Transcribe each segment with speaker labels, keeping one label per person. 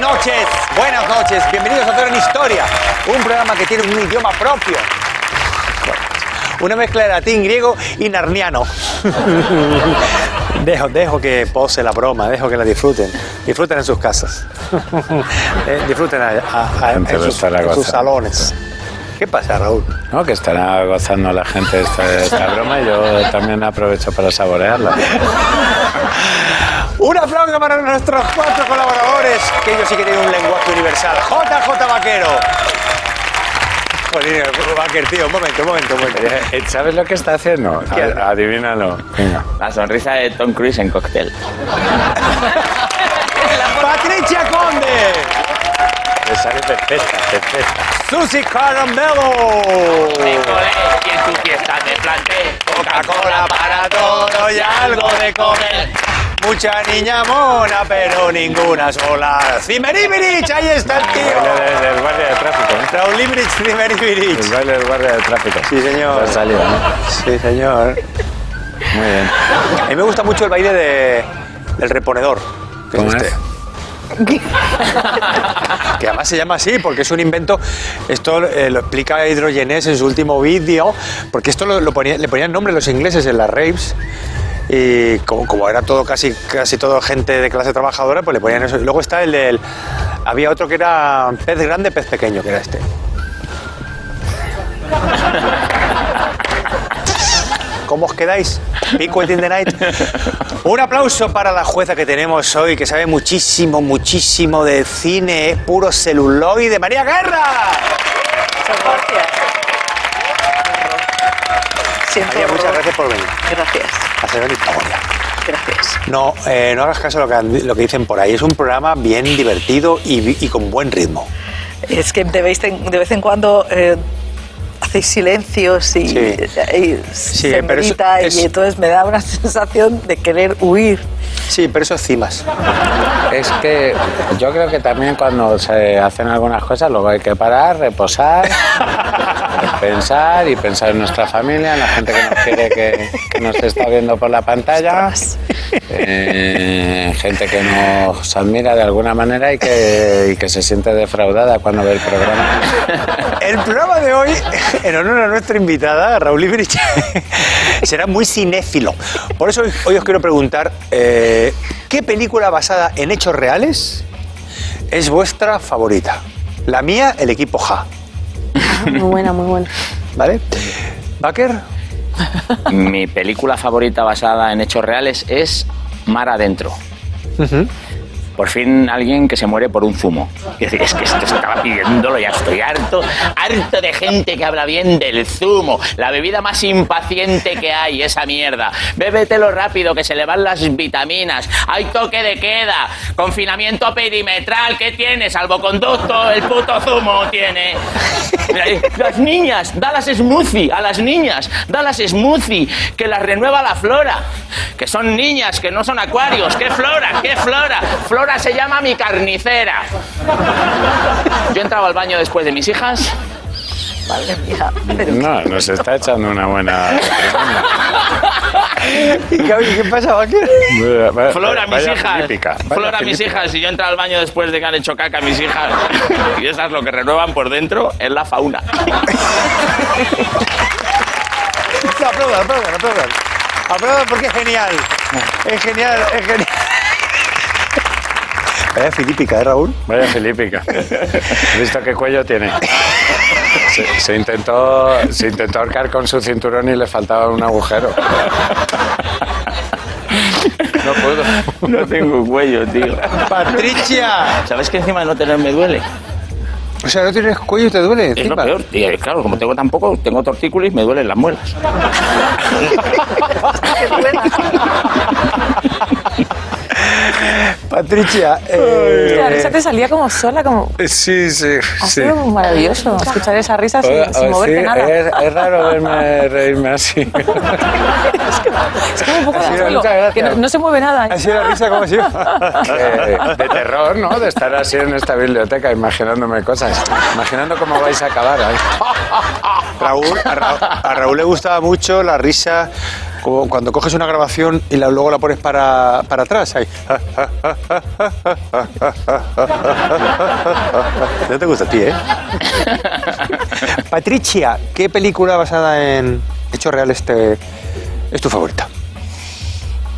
Speaker 1: noches, buenas noches, bienvenidos a Todo en Historia, un programa que tiene un idioma propio. Una mezcla de latín, griego y narniano. Dejo, dejo que pose la broma, dejo que la disfruten. Disfruten en sus casas. Eh, disfruten a- a- a- en,
Speaker 2: Gente lo
Speaker 1: sus,
Speaker 2: estará
Speaker 1: en sus
Speaker 2: gozando.
Speaker 1: salones. ¿Qué pasa, Raúl?
Speaker 2: No, que estará gozando la gente esta, esta broma y yo también aprovecho para saborearla.
Speaker 1: Un aplauso para nuestros cuatro colaboradores, que ellos sí que tienen un lenguaje universal. JJ Vaquero. Jolín, Vaquer, tío, un momento, un momento, un momento.
Speaker 2: Eh, ¿Sabes lo que está haciendo?
Speaker 1: ¿Qué hace?
Speaker 2: A- Adivínalo. Venga.
Speaker 3: La sonrisa de Tom Cruise en cóctel.
Speaker 1: Patricia Conde.
Speaker 2: Le sale perfecta, perfecta.
Speaker 1: Susi Caramelo.
Speaker 3: Y en tu fiesta me planté Coca-Cola para todos y algo de comer.
Speaker 1: Mucha niña mona, pero ninguna sola. Cimeribirich, ahí está el
Speaker 2: Baile
Speaker 1: tío.
Speaker 2: de- del guardia de tráfico, ¿eh?
Speaker 1: Raúl Ibrich,
Speaker 2: El
Speaker 1: Cimeribirich.
Speaker 2: baile del guardia de tráfico.
Speaker 1: Sí, señor.
Speaker 2: Ha salido, ¿no?
Speaker 1: Sí, señor.
Speaker 2: Muy bien.
Speaker 1: A mí me gusta mucho el baile de, del reponedor. que
Speaker 2: ¿Cómo es?
Speaker 1: Que además se llama así porque es un invento. Esto eh, lo explica Hidrogenés en su último vídeo. Porque esto lo, lo ponía- le ponían nombre los ingleses en las raves. Y como, como era todo casi, casi todo gente de clase trabajadora, pues le ponían eso. Y luego está el del. Había otro que era pez grande, pez pequeño, que era este. ¿Cómo os quedáis? Pico in the night. Un aplauso para la jueza que tenemos hoy, que sabe muchísimo, muchísimo de cine, es puro celuloide. ¡María Guerra!
Speaker 4: Siento
Speaker 1: María, muchas
Speaker 4: horror.
Speaker 1: gracias por venir.
Speaker 4: Gracias,
Speaker 1: Hacer venir Gloria.
Speaker 4: gracias.
Speaker 1: No, eh, no hagas caso a lo que, han- lo que dicen por ahí. Es un programa bien divertido y, vi- y con buen ritmo.
Speaker 4: Es que de vez en, de vez en cuando eh, hacéis silencios y,
Speaker 1: Sí.
Speaker 4: y se
Speaker 1: pero eso-
Speaker 4: medita
Speaker 1: es-
Speaker 4: y entonces me da una sensación de querer huir.
Speaker 1: Sí, pero eso es cimas.
Speaker 2: Es que yo creo que también cuando se hacen algunas cosas, luego hay que parar, reposar, pensar y pensar en nuestra familia, en la gente que nos quiere, que, que nos está viendo por la pantalla, eh, gente que nos admira de alguna manera y que, y que se siente defraudada cuando ve el programa.
Speaker 1: El programa de hoy, en honor a nuestra invitada, Raúl Ibrich, será muy cinéfilo. Por eso hoy, hoy os quiero preguntar, eh, ¿qué película basada en hechos reales es vuestra favorita? La mía, el equipo Ja,
Speaker 5: Ah, Muy buena, muy buena.
Speaker 1: ¿vale? Baker,
Speaker 3: Mi película favorita basada en hechos reales es Mar Adentro. Por fin alguien que se muere por un zumo. Y decir, es que esto estaba pidiéndolo, ya estoy harto, harto de gente que habla bien del zumo, la bebida más impaciente que hay, esa mierda. Bébetelo rápido, que se le van las vitaminas. Hay toque de queda, confinamiento perimetral, ¿qué tiene? Salvoconducto, el puto zumo tiene. Las niñas, da las smoothie, a las niñas, da las smoothie, que las renueva la flora, que son niñas, que no son acuarios, qué flora, qué flora. Flora se llama mi carnicera. Yo entraba al baño después de mis hijas.
Speaker 4: Madre mía, pero
Speaker 2: No, nos está echando una buena...
Speaker 1: ¿y qué, qué pasa, Baker?
Speaker 3: Flora, mis
Speaker 2: Vaya
Speaker 3: hijas.
Speaker 2: filipica, vaya
Speaker 3: Flora, mis
Speaker 2: filipica.
Speaker 3: hijas. Y yo entraba al baño después de que han hecho caca mis hijas. Y esas lo que renuevan por dentro es la fauna.
Speaker 1: No, aplaudan, aplaudan, aplaudan. Aplaudan porque es genial. Es genial, es genial. Vaya filípica, ¿eh, Raúl?
Speaker 2: Vaya filípica. ¿Has visto qué cuello tiene? Se, se intentó, se intentó ahorcar con su cinturón y le faltaba un agujero. No pudo.
Speaker 3: No tengo cuello, tío.
Speaker 1: ¡Patricia!
Speaker 3: ¿Sabes que encima de no tener me duele?
Speaker 1: O sea, no tienes cuello y te duele
Speaker 3: Es lo
Speaker 1: encima.
Speaker 3: peor. Y eh, claro, como tengo tan poco, tengo tortícolis, me duelen las muelas.
Speaker 4: qué buena.
Speaker 1: Patricia, eh,
Speaker 6: La risa te salía como sola, como.
Speaker 2: Sí, sí,
Speaker 6: Ha
Speaker 2: sí.
Speaker 6: sido maravilloso escuchar esa risa sin,
Speaker 2: O-
Speaker 6: sin
Speaker 2: o sí,
Speaker 6: moverte nada.
Speaker 1: eh,
Speaker 2: es, es raro verme reírme así.
Speaker 6: Es como un poco de
Speaker 2: sido-
Speaker 6: anzuelo,
Speaker 2: muchas gracias.
Speaker 6: que no, no se mueve nada.
Speaker 1: ha sido la risa como si
Speaker 2: Eh, de terror, ¿no? De estar así en esta biblioteca imaginándome cosas. Imaginando cómo vais a acabar. ¿eh?
Speaker 1: Raúl, a, Ra- a Raúl le gustaba mucho la risa como cuando coges una grabación y la- luego la pones para, para atrás. Ahí. No te gusta a ti, ¿eh? Patricia, ¿qué película basada en hechos reales te- es tu favorita?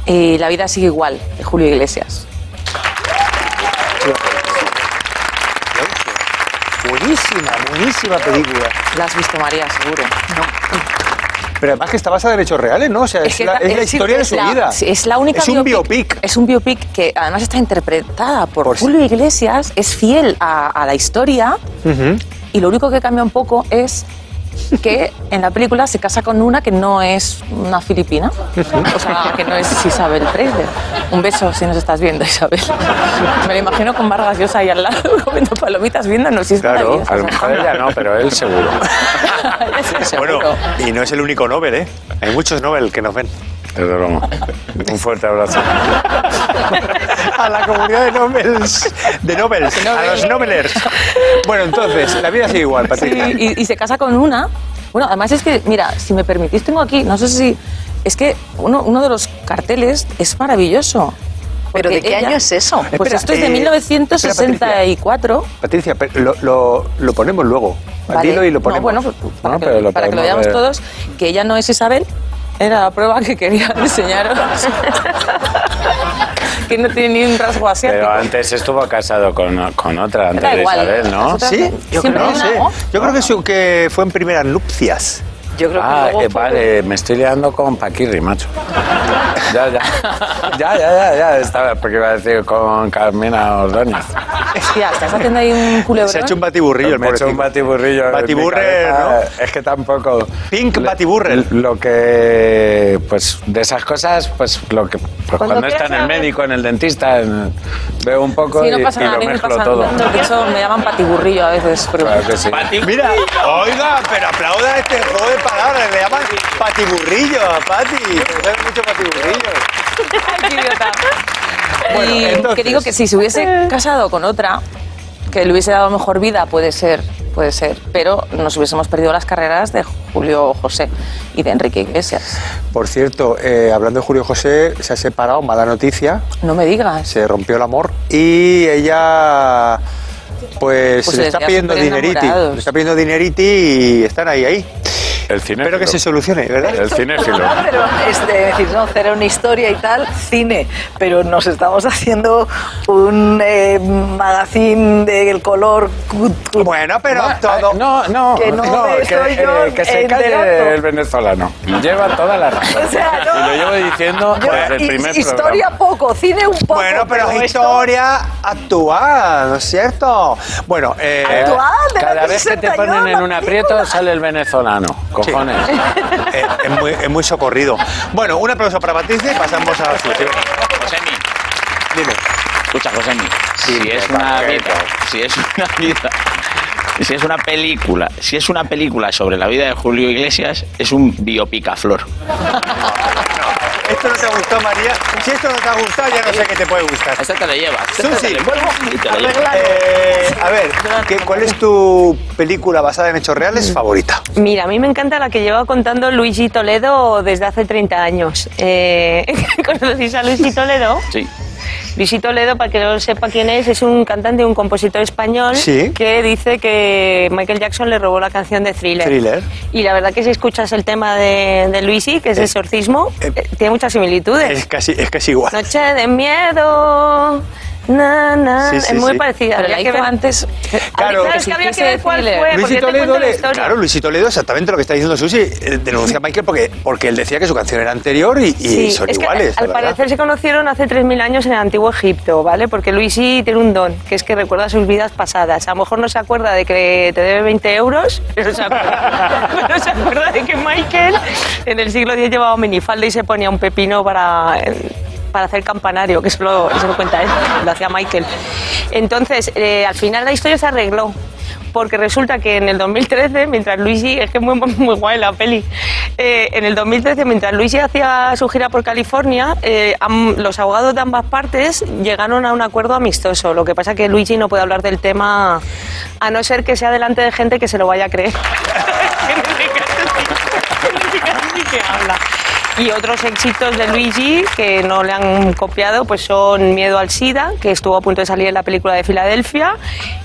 Speaker 5: Eh, la vida sigue igual, de Julio Iglesias.
Speaker 1: Buenísima, buenísima película.
Speaker 5: La has visto, María, seguro.
Speaker 1: Pero además que está basada en hechos reales, ¿no? O sea, es, la,
Speaker 5: ta-
Speaker 1: es la
Speaker 5: sí,
Speaker 1: historia de
Speaker 5: es
Speaker 1: su
Speaker 5: la-
Speaker 1: vida.
Speaker 5: sí, Es la única
Speaker 1: Es un biopic.
Speaker 5: Es un biopic que además está interpretada por,
Speaker 1: Por-
Speaker 5: Julio Iglesias, es fiel a, a la historia
Speaker 1: Ujú.
Speaker 5: y lo único que cambia un poco es que en la película se casa con una que no es una filipina, o sea, que no es Isabel Preisler. Un beso si nos estás viendo, Isabel. Me lo imagino con Vargas Llosa ahí al lado comiendo palomitas viéndonos. y es
Speaker 1: Claro,
Speaker 5: maravilloso,
Speaker 2: A lo
Speaker 5: o sea,
Speaker 2: mejor ella no, pero él seguro.
Speaker 5: seguro.
Speaker 1: Bueno, y no es el único Nobel, ¿eh? Hay muchos Nobel que nos ven.
Speaker 2: Es broma. Un fuerte abrazo.
Speaker 1: A la comunidad de Nobels. De Nobels. A los Nobelers. Bueno, entonces, la vida sigue igual, Patricia.
Speaker 5: Sí, y, y se casa con una. Bueno, además es que, mira, si me permitís, tengo aquí, no sé si. Es que uno, uno de los carteles es maravilloso.
Speaker 4: ¿Pero de
Speaker 5: Porque
Speaker 4: qué
Speaker 5: ella-
Speaker 4: año es eso?
Speaker 5: Pues
Speaker 1: Espera,
Speaker 5: esto es
Speaker 1: eh,
Speaker 5: de 1964.
Speaker 1: Patricia, pero lo, lo- lo ponemos luego.
Speaker 5: Vale.
Speaker 1: Dilo y lo
Speaker 5: No,
Speaker 1: ponemos.
Speaker 5: bueno, pues, para,
Speaker 2: No,
Speaker 5: que,
Speaker 2: pero lo
Speaker 5: para que lo
Speaker 2: podemos
Speaker 5: veamos
Speaker 2: ver.
Speaker 5: todos, que ella no es Isabel, era la prueba que quería enseñaros. que no tiene ni un rasgo asiático.
Speaker 2: Pero antes estuvo casado con, con otra, antes
Speaker 5: Da
Speaker 2: de
Speaker 5: igual.
Speaker 2: Isabel, ¿no?
Speaker 5: Nosotras-
Speaker 1: ¿Sí? Yo creo,
Speaker 5: Siempre
Speaker 1: no,
Speaker 5: hay
Speaker 1: sí.
Speaker 5: una, ¿no?
Speaker 1: Yo creo que, su- que fue en primeras nupcias.
Speaker 4: Yo creo que
Speaker 2: Ah,
Speaker 4: luego
Speaker 2: eh,
Speaker 4: fue-
Speaker 2: vale, me estoy liando con Paquirri, macho. Ya, ya. Ya, ya, ya, ya. Estaba, porque iba a decir con Carmina Ordóñez.
Speaker 5: Hostia, estás haciendo ahí un culebrón.
Speaker 1: Se ha hecho un batiburrillo el
Speaker 2: Me he hecho un
Speaker 1: pobrecito.
Speaker 2: batiburrillo. en mi
Speaker 1: Batiburre,
Speaker 2: cabeza. Es que tampoco.
Speaker 1: Pink
Speaker 2: Le-
Speaker 1: batiburre.
Speaker 2: Lo que. Pues de esas cosas, pues lo que. pues, cuando está en el médico, en el dentista, en- veo un poco
Speaker 5: Sí,
Speaker 2: y,
Speaker 5: no pasa
Speaker 2: y
Speaker 5: nada, a
Speaker 2: lo
Speaker 5: mí me
Speaker 2: mezclo
Speaker 5: pasa
Speaker 2: todo.
Speaker 5: nada. De hecho, me llaman patiburrillo a veces. Pero...
Speaker 2: Claro que sí.
Speaker 1: Mira, oiga, pero aplauda este juego de palabras. Le llaman patiburrillo a Pati. Es mucho patiburrillo.
Speaker 5: Ay, qué idiota.
Speaker 1: Bueno,
Speaker 5: y
Speaker 1: entonces-
Speaker 5: que digo que si se hubiese casado con otra, que le hubiese dado mejor vida, puede ser, puede ser. Pero nos hubiésemos perdido las carreras de Julio José y de Enrique Iglesias.
Speaker 1: Por cierto, eh, hablando de Julio José, se ha separado, mala noticia.
Speaker 5: No me digas.
Speaker 1: se rompió el amor y ella pues,
Speaker 5: Pues
Speaker 1: le está
Speaker 5: ya
Speaker 1: pidiendo
Speaker 5: súper
Speaker 1: dineriti,
Speaker 5: enamorados.
Speaker 1: le está pidiendo dineriti y están ahí ahí.
Speaker 2: El cine.
Speaker 1: Espero que se solucione, ¿verdad?
Speaker 2: El cinéfilo.
Speaker 4: Ah, pero este, decir, no, era una historia y tal, cine, pero nos estamos haciendo un eh, magazine del color cu- cu-
Speaker 1: Bueno, pero todo
Speaker 2: No, eh, no, no,
Speaker 4: Que no me
Speaker 2: que, eh,
Speaker 4: estoy yo
Speaker 2: que se
Speaker 4: enterando.
Speaker 2: calle el venezolano. Lleva toda la razón.
Speaker 4: O sea, no.
Speaker 2: Y lo llevo diciendo
Speaker 4: Yo,
Speaker 2: desde el
Speaker 4: his-
Speaker 2: primer
Speaker 4: historia
Speaker 2: programa.
Speaker 4: poco, cine un poco.
Speaker 1: bueno, pero es
Speaker 4: esto-
Speaker 1: historia actual, ¿no es cierto? Bueno, eh,
Speaker 4: Actual. de la
Speaker 2: Cada vez que te
Speaker 4: 61
Speaker 2: ponen en un
Speaker 4: película.
Speaker 2: aprieto sale el venezolano. Cojones.
Speaker 1: eh, es, muy, es muy socorrido. Bueno, un aplauso para Patricia y pasamos a la solución.
Speaker 3: Josemi,
Speaker 1: Dime.
Speaker 3: escucha, Josemi. Si es
Speaker 2: me
Speaker 3: una
Speaker 2: parece.
Speaker 3: vida, si es una vida, si es una película, si es una película sobre la vida de Julio Iglesias, es un biopicaflor.
Speaker 1: Esto no te gustó, María. Si esto no te ha gustado, ya no sé qué te puede gustar.
Speaker 3: Esta este te la llevas. esta
Speaker 1: Susi.
Speaker 3: te la llevas y te la llevas.
Speaker 1: Eh, a ver, ¿qué- ¿cuál es tu película basada en hechos reales favorita?
Speaker 7: Mira, a mí me encanta la que lleva contando Luigi Toledo desde hace 30 años. Eh, ¿Conocéis a Luigi Toledo?
Speaker 3: Sí.
Speaker 7: Luigi Toledo, para que no sepa quién es, es un cantante, un compositor español
Speaker 1: Sí.
Speaker 7: que dice que Michael Jackson le robó la canción de Thriller.
Speaker 1: Thriller.
Speaker 7: Y la verdad que si escuchas el tema de, de Luigi, que es
Speaker 1: Eh,
Speaker 7: exorcismo,
Speaker 1: eh,
Speaker 7: eh, tiene muchas similitudes.
Speaker 1: Es casi, es casi igual.
Speaker 7: Noche de miedo. Na, na,
Speaker 1: Sí, sí,
Speaker 7: es muy
Speaker 1: sí.
Speaker 7: parecida.
Speaker 5: Pero la
Speaker 7: habría que
Speaker 5: hizo
Speaker 7: ver-
Speaker 5: antes.
Speaker 1: Claro.
Speaker 7: Claro, es que había que ver cuál
Speaker 5: Thriller.
Speaker 7: fue. porque
Speaker 1: Luisito
Speaker 7: te cuento
Speaker 1: Ledo,
Speaker 7: la
Speaker 1: le-
Speaker 7: historia.
Speaker 1: claro, Luisito Ledo, exactamente lo que está diciendo Susi, eh, denuncia a Michael porque, porque él decía que su canción era anterior y, y
Speaker 7: Sí,
Speaker 1: son
Speaker 7: es que eh,
Speaker 1: iguales.
Speaker 7: al
Speaker 1: la verdad.
Speaker 7: parecer se conocieron hace 3.000 años en el antiguo Egipto, ¿vale? Porque Luisi tiene un don, que es que recuerda sus vidas pasadas. A lo mejor no se acuerda de que te debe 20 euros, pero se acuerda, pero se acuerda de que Michael en el siglo X llevaba minifalda y se ponía un pepino para... para hacer campanario, que eso lo, eso lo cuenta él, lo hacía Michael. Entonces, eh, al final la historia se arregló, porque resulta que en el 2013, mientras Luigi, es que es muy, muy guay la peli, eh, en el 2013, mientras Luigi hacía su gira por California, eh, am- los abogados de ambas partes llegaron a un acuerdo amistoso. Lo que pasa que Luigi no puede hablar del tema a no ser que sea delante de gente que se lo vaya a creer. En este caso sí, en este caso sí que habla. Y otros éxitos de Luigi que no le han copiado pues son Miedo al SIDA, que estuvo a punto de salir en la película de Filadelfia,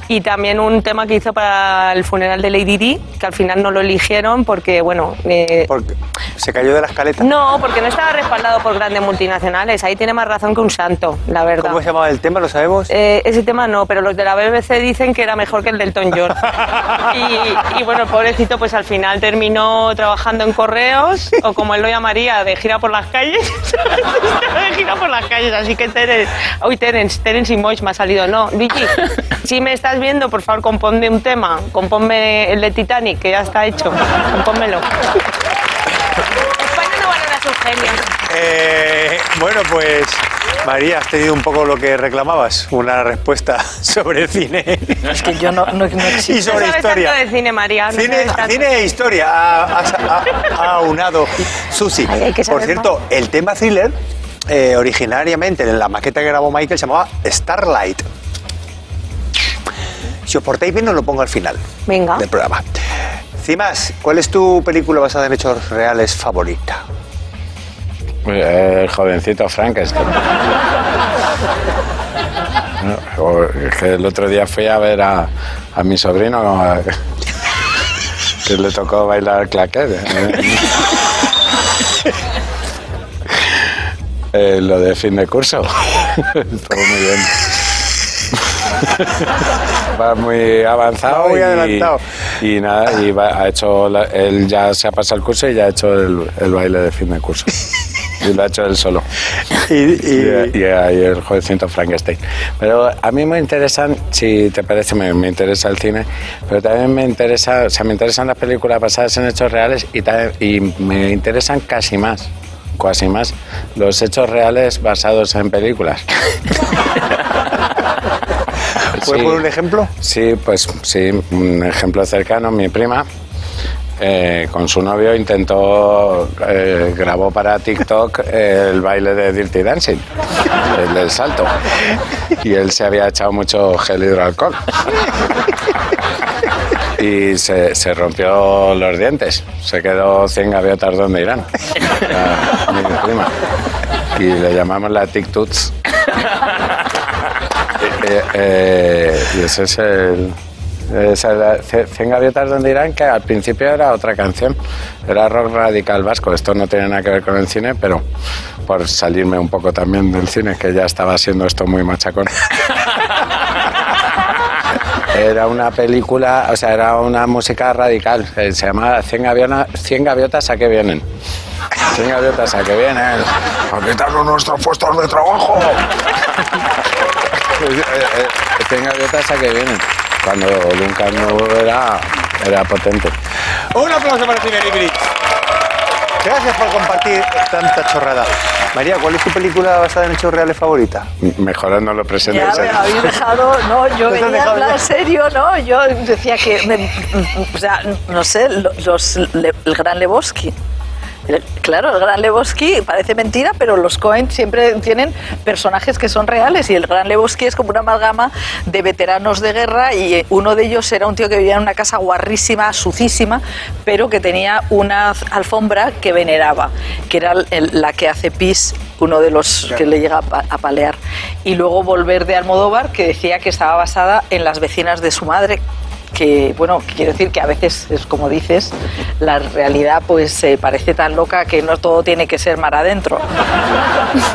Speaker 7: y también un tema que hizo para el funeral de Lady Di, que al final no lo eligieron porque, bueno... eh,
Speaker 1: Porque se cayó de la escaleta.
Speaker 7: no, porque no estaba respaldado por grandes multinacionales. Ahí tiene más razón que un santo, la verdad.
Speaker 1: ¿Cómo se llamaba el tema? ¿Lo sabemos?
Speaker 7: Eh, ese tema no, pero los de la BBC dicen que era mejor que el del Tom York. Y, y bueno, el pobrecito, pues al final terminó trabajando en correos, o como él lo llamaría, de gira por las calles. Estaba de gira por las calles, así que Terence, uy, Terence, Terence y Moix me ha salido. No, Vicky, si me estás viendo, por favor, componme un tema. Componme el de Titanic, que ya está hecho. Compónmelo. España no valora sus genios.
Speaker 1: Eh, bueno, pues María, has tenido un poco lo que reclamabas, una respuesta sobre cine
Speaker 4: Es que yo no, no, no
Speaker 1: y
Speaker 4: existo.
Speaker 7: No
Speaker 1: sobre
Speaker 7: sabes
Speaker 1: historia.
Speaker 7: tanto de cine, María. no
Speaker 1: Cine,
Speaker 7: sabes tanto.
Speaker 1: cine e historia ha, ha- ha- ha unado Susi.
Speaker 7: Ay, hay que
Speaker 1: Por
Speaker 7: saber
Speaker 1: cierto, el tema thriller, eh, originariamente en la maqueta que grabó Michael, se llamaba Starlight. Si os portáis bien, os lo pongo al final
Speaker 7: Venga.
Speaker 1: del programa. Cimas, ¿cuál es tu película basada en hechos reales favorita?
Speaker 2: Eh, El jovencito Frankenstein. No, o- pues, es que el otro día fui a ver a, a mi sobrino a- que le tocó bailar claquet. Eh, lo de fin de curso. Estuvo muy bien. Va muy avanzado.
Speaker 1: Va muy
Speaker 2: y-
Speaker 1: adelantado.
Speaker 2: Y nada, y va- ha hecho la- él ya se ha pasado el curso y ya ha hecho el, el baile de fin de curso. Y lo ha hecho él solo.
Speaker 1: Y,
Speaker 2: Y,
Speaker 1: y-
Speaker 2: y ahí el jovencito Frankenstein. Pero a mí me interesan, si te parece, me, me interesa el cine, pero también me interesa, o sea, me interesan las películas basadas en hechos reales y, ta- y me interesan casi más, casi más, los hechos reales basados en películas.
Speaker 1: ¿Puedes
Speaker 2: Sí.
Speaker 1: poner un ejemplo?
Speaker 2: Sí, pues sí, un ejemplo cercano, mi prima. eh, con su novio intentó, eh, grabó para TikTok el baile de Dirty Dancing, el del salto. Y él se había echado mucho gel hidroalcohol. Y se, se rompió los dientes. Se quedó 100 gaviotas donde irán. A mi prima. Y le llamamos la TikToks. Eh, eh, y ese es el. Esa es la- Ce- Cien gaviotas donde irán, que al principio era otra canción, era rock radical vasco. Esto no tiene nada que ver con el cine, pero por salirme un poco también del cine, que ya estaba siendo esto muy machacón. Era una película, o sea, era una música radical. eh, Se llamaba Cien, gaviona- Cien gaviotas a que vienen. Cien gaviotas a que vienen. A quitarnos nuestros puestos de trabajo. Pues, eh, eh, Cien gaviotas a que vienen. Cuando Duncan no era, era potente.
Speaker 1: Un aplauso para Cine Negri. Gracias por compartir tanta chorrada. María, ¿cuál es tu película basada en hechos reales favorita?
Speaker 2: Mejorando lo presente.
Speaker 4: Ya me habéis dejado, no, yo
Speaker 1: Nos has
Speaker 4: venía a
Speaker 1: dejado
Speaker 4: hablar
Speaker 1: ya.
Speaker 4: serio, no, yo decía que, me- o sea, no sé, lo- los, le- el gran Lebowski. El- Claro, el gran Lebowski parece mentira, pero los Cohen siempre tienen personajes que son reales y el gran Lebowski es como una amalgama de veteranos de guerra y eh, uno de ellos era un tío que vivía en una casa guarrísima, sucísima, pero que tenía una alfombra que veneraba, que era el- la que hace pis uno de los que le llega a, pa- a palear. Y luego volver de Almodóvar, que decía que estaba basada en las vecinas de su madre, que bueno, quiero decir que a veces es como dices, la realidad pues se parece tan loca que no todo tiene que ser mar adentro.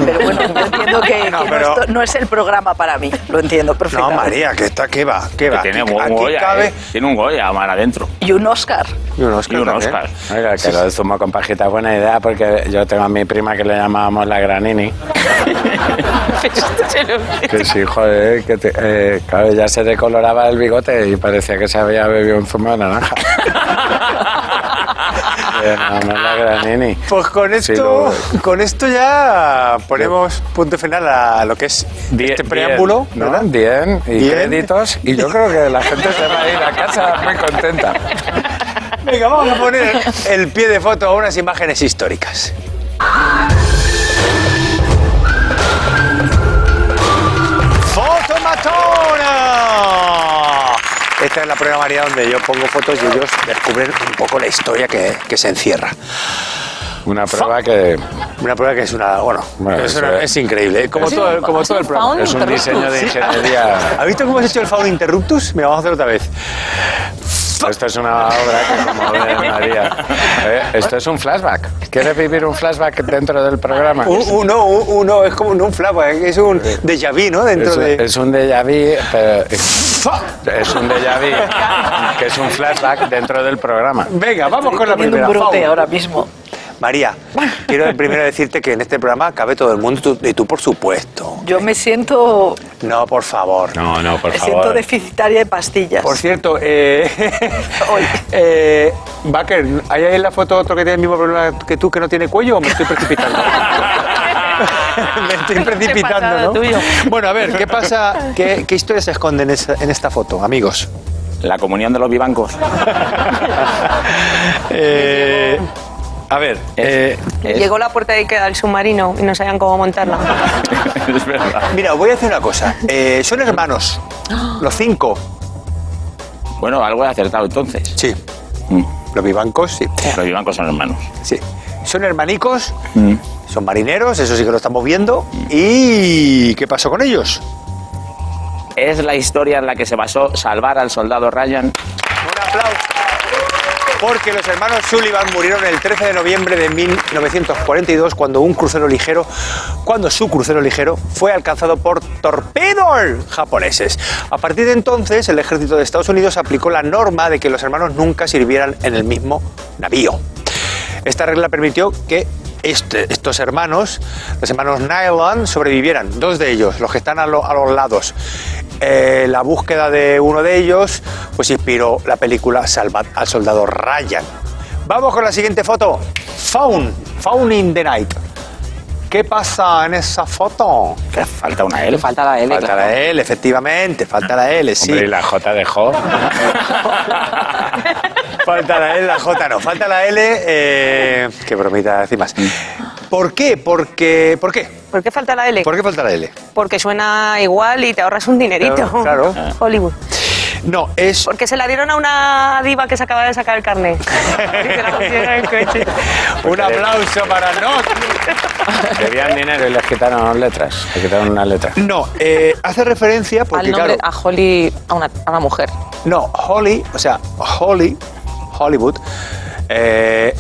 Speaker 4: Pero bueno, yo entiendo que,
Speaker 1: No,
Speaker 4: que
Speaker 1: pero-
Speaker 4: esto no es el programa para mí, lo entiendo
Speaker 1: No,
Speaker 4: perfectamente.
Speaker 1: María, que está, que va, que
Speaker 3: Que
Speaker 1: va.
Speaker 3: tiene
Speaker 1: aquí
Speaker 3: un
Speaker 1: aquí
Speaker 3: Goya,
Speaker 1: cabe.
Speaker 3: eh. Tiene un Goya, mar adentro.
Speaker 4: Y un Oscar.
Speaker 1: Y un Oscar.
Speaker 3: Y un
Speaker 1: también.
Speaker 3: Oscar.
Speaker 2: Oiga, que lo del zumo con pajita es buena idea porque yo tengo a mi prima que le llamábamos la granini. que sí, joder, que te- eh, claro, ya se decoloraba el bigote y parecía que se había bebido un zumo de naranja. Le llamamos la granini.
Speaker 1: Pues con esto,
Speaker 2: Sí, luego-
Speaker 1: con esto ya ponemos punto final a lo que es
Speaker 2: Die-
Speaker 1: este preámbulo,
Speaker 2: bien, ¿no?
Speaker 1: ¿verdad?
Speaker 2: Bien, y
Speaker 1: Bien.
Speaker 2: créditos. Y yo creo que la gente se va a ir a casa muy contenta.
Speaker 1: Venga, vamos a poner el pie de foto a unas imágenes históricas. ¡Fotomatona! Esta es la prueba, María, donde yo pongo fotos y ellos descubren un poco la historia que, que se encierra.
Speaker 2: Una prueba que
Speaker 1: Una prueba que es una. Bueno,
Speaker 2: Bueno,
Speaker 1: es,
Speaker 2: eso
Speaker 1: una-
Speaker 2: es.
Speaker 1: es increíble. ¿eh? Como
Speaker 5: Sí,
Speaker 1: todo, el- como
Speaker 5: es
Speaker 1: todo
Speaker 5: un
Speaker 1: el programa.
Speaker 5: faun
Speaker 2: es un
Speaker 5: interruptus.
Speaker 2: diseño de ingeniería.
Speaker 1: ¿Has visto cómo has hecho el faun interruptus? Me vamos a hacer otra vez.
Speaker 2: Esto es una obra que conmueve María. Eh, Esto es un flashback. ¿Quieres vivir un flashback dentro del programa?
Speaker 1: Un- Uno, un- uno, es como un- un flapa, ¿eh? es un déjà vu, ¿no? Dentro
Speaker 2: Es, un-
Speaker 1: de.
Speaker 2: es un déjà vu, pero es un déjà vu que es un flashback dentro del programa.
Speaker 1: Venga, vamos con la
Speaker 4: Teniendo
Speaker 1: primera.
Speaker 4: un brote
Speaker 1: faun.
Speaker 4: ahora mismo.
Speaker 1: María, quiero primero decirte que en este programa cabe todo el mundo y tú, y tú, por supuesto.
Speaker 4: Yo me siento,
Speaker 1: No, por favor.
Speaker 2: No, no, por
Speaker 4: me siento
Speaker 2: favor.
Speaker 4: deficitaria de pastillas.
Speaker 1: Por cierto, eh,
Speaker 4: Hoy.
Speaker 1: eh, Baker, ¿hay ahí en la foto otro que tiene el mismo problema que tú que no tiene cuello o me estoy precipitando? me estoy precipitando,
Speaker 7: pasada
Speaker 1: ¿no?
Speaker 7: tuyo.
Speaker 1: Bueno, a ver, ¿qué pasa? ¿Qué, qué historia se esconde en, esa- en esta foto, amigos?
Speaker 3: La comunión de los vivancos.
Speaker 1: Eh, a ver, eh,
Speaker 3: Es-
Speaker 7: Llegó la puerta de queda del submarino y no sabían cómo montarla.
Speaker 3: es verdad.
Speaker 1: mira, voy a hacer una cosa. Eh, son hermanos, los cinco.
Speaker 3: Bueno, algo he acertado entonces.
Speaker 1: Sí,
Speaker 3: Mm.
Speaker 1: los vivancos, sí.
Speaker 3: Los vivancos son hermanos.
Speaker 1: sí. Son hermanicos,
Speaker 3: Mm.
Speaker 1: son marineros, eso sí que lo estamos viendo. ¿Y qué pasó con ellos?
Speaker 3: Es la historia en la que se basó salvar al soldado Ryan.
Speaker 1: Un aplauso. Porque los hermanos Sullivan murieron el 13 de noviembre de 1942 cuando un crucero ligero, cuando su crucero ligero fue alcanzado por torpedos japoneses. A partir de entonces, el ejército de Estados Unidos aplicó la norma de que los hermanos nunca sirvieran en el mismo navío. Esta regla permitió que este- estos hermanos, los hermanos Nylon, sobrevivieran. Dos de ellos, los que están a, lo- a los lados. Eh, la búsqueda de uno de ellos pues inspiró la película Salvad al soldado Ryan. Vamos con la siguiente foto. Faun, Faun in the Night. ¿Qué pasa en esa foto?
Speaker 3: Falta una L.
Speaker 5: Falta la L,
Speaker 1: Falta
Speaker 5: claro.
Speaker 1: la L, efectivamente, falta la L, sí.
Speaker 2: Hombre, y la J dejó.
Speaker 1: Falta la L, la J no. Falta la L. Eh, qué bromita decimos. ¿Por qué? Porque, ¿Por qué?
Speaker 7: ¿Por qué falta la L?
Speaker 1: ¿Por qué falta la L?
Speaker 7: Porque suena igual y te ahorras un dinerito.
Speaker 1: Claro, claro.
Speaker 7: Hollywood.
Speaker 1: No, es.
Speaker 7: Porque se la dieron a una diva que se acaba de sacar el carnet. Y se la pusieron en el coche.
Speaker 1: Un aplauso para Nock.
Speaker 2: Debían dinero y les quitaron letras. Le quitaron una letra.
Speaker 1: No, eh, hace referencia porque,
Speaker 5: Al nombre,
Speaker 1: claro.
Speaker 5: a Holly, a una, a una mujer.
Speaker 1: No, Holly, o sea, Holly, Hollywood. eh,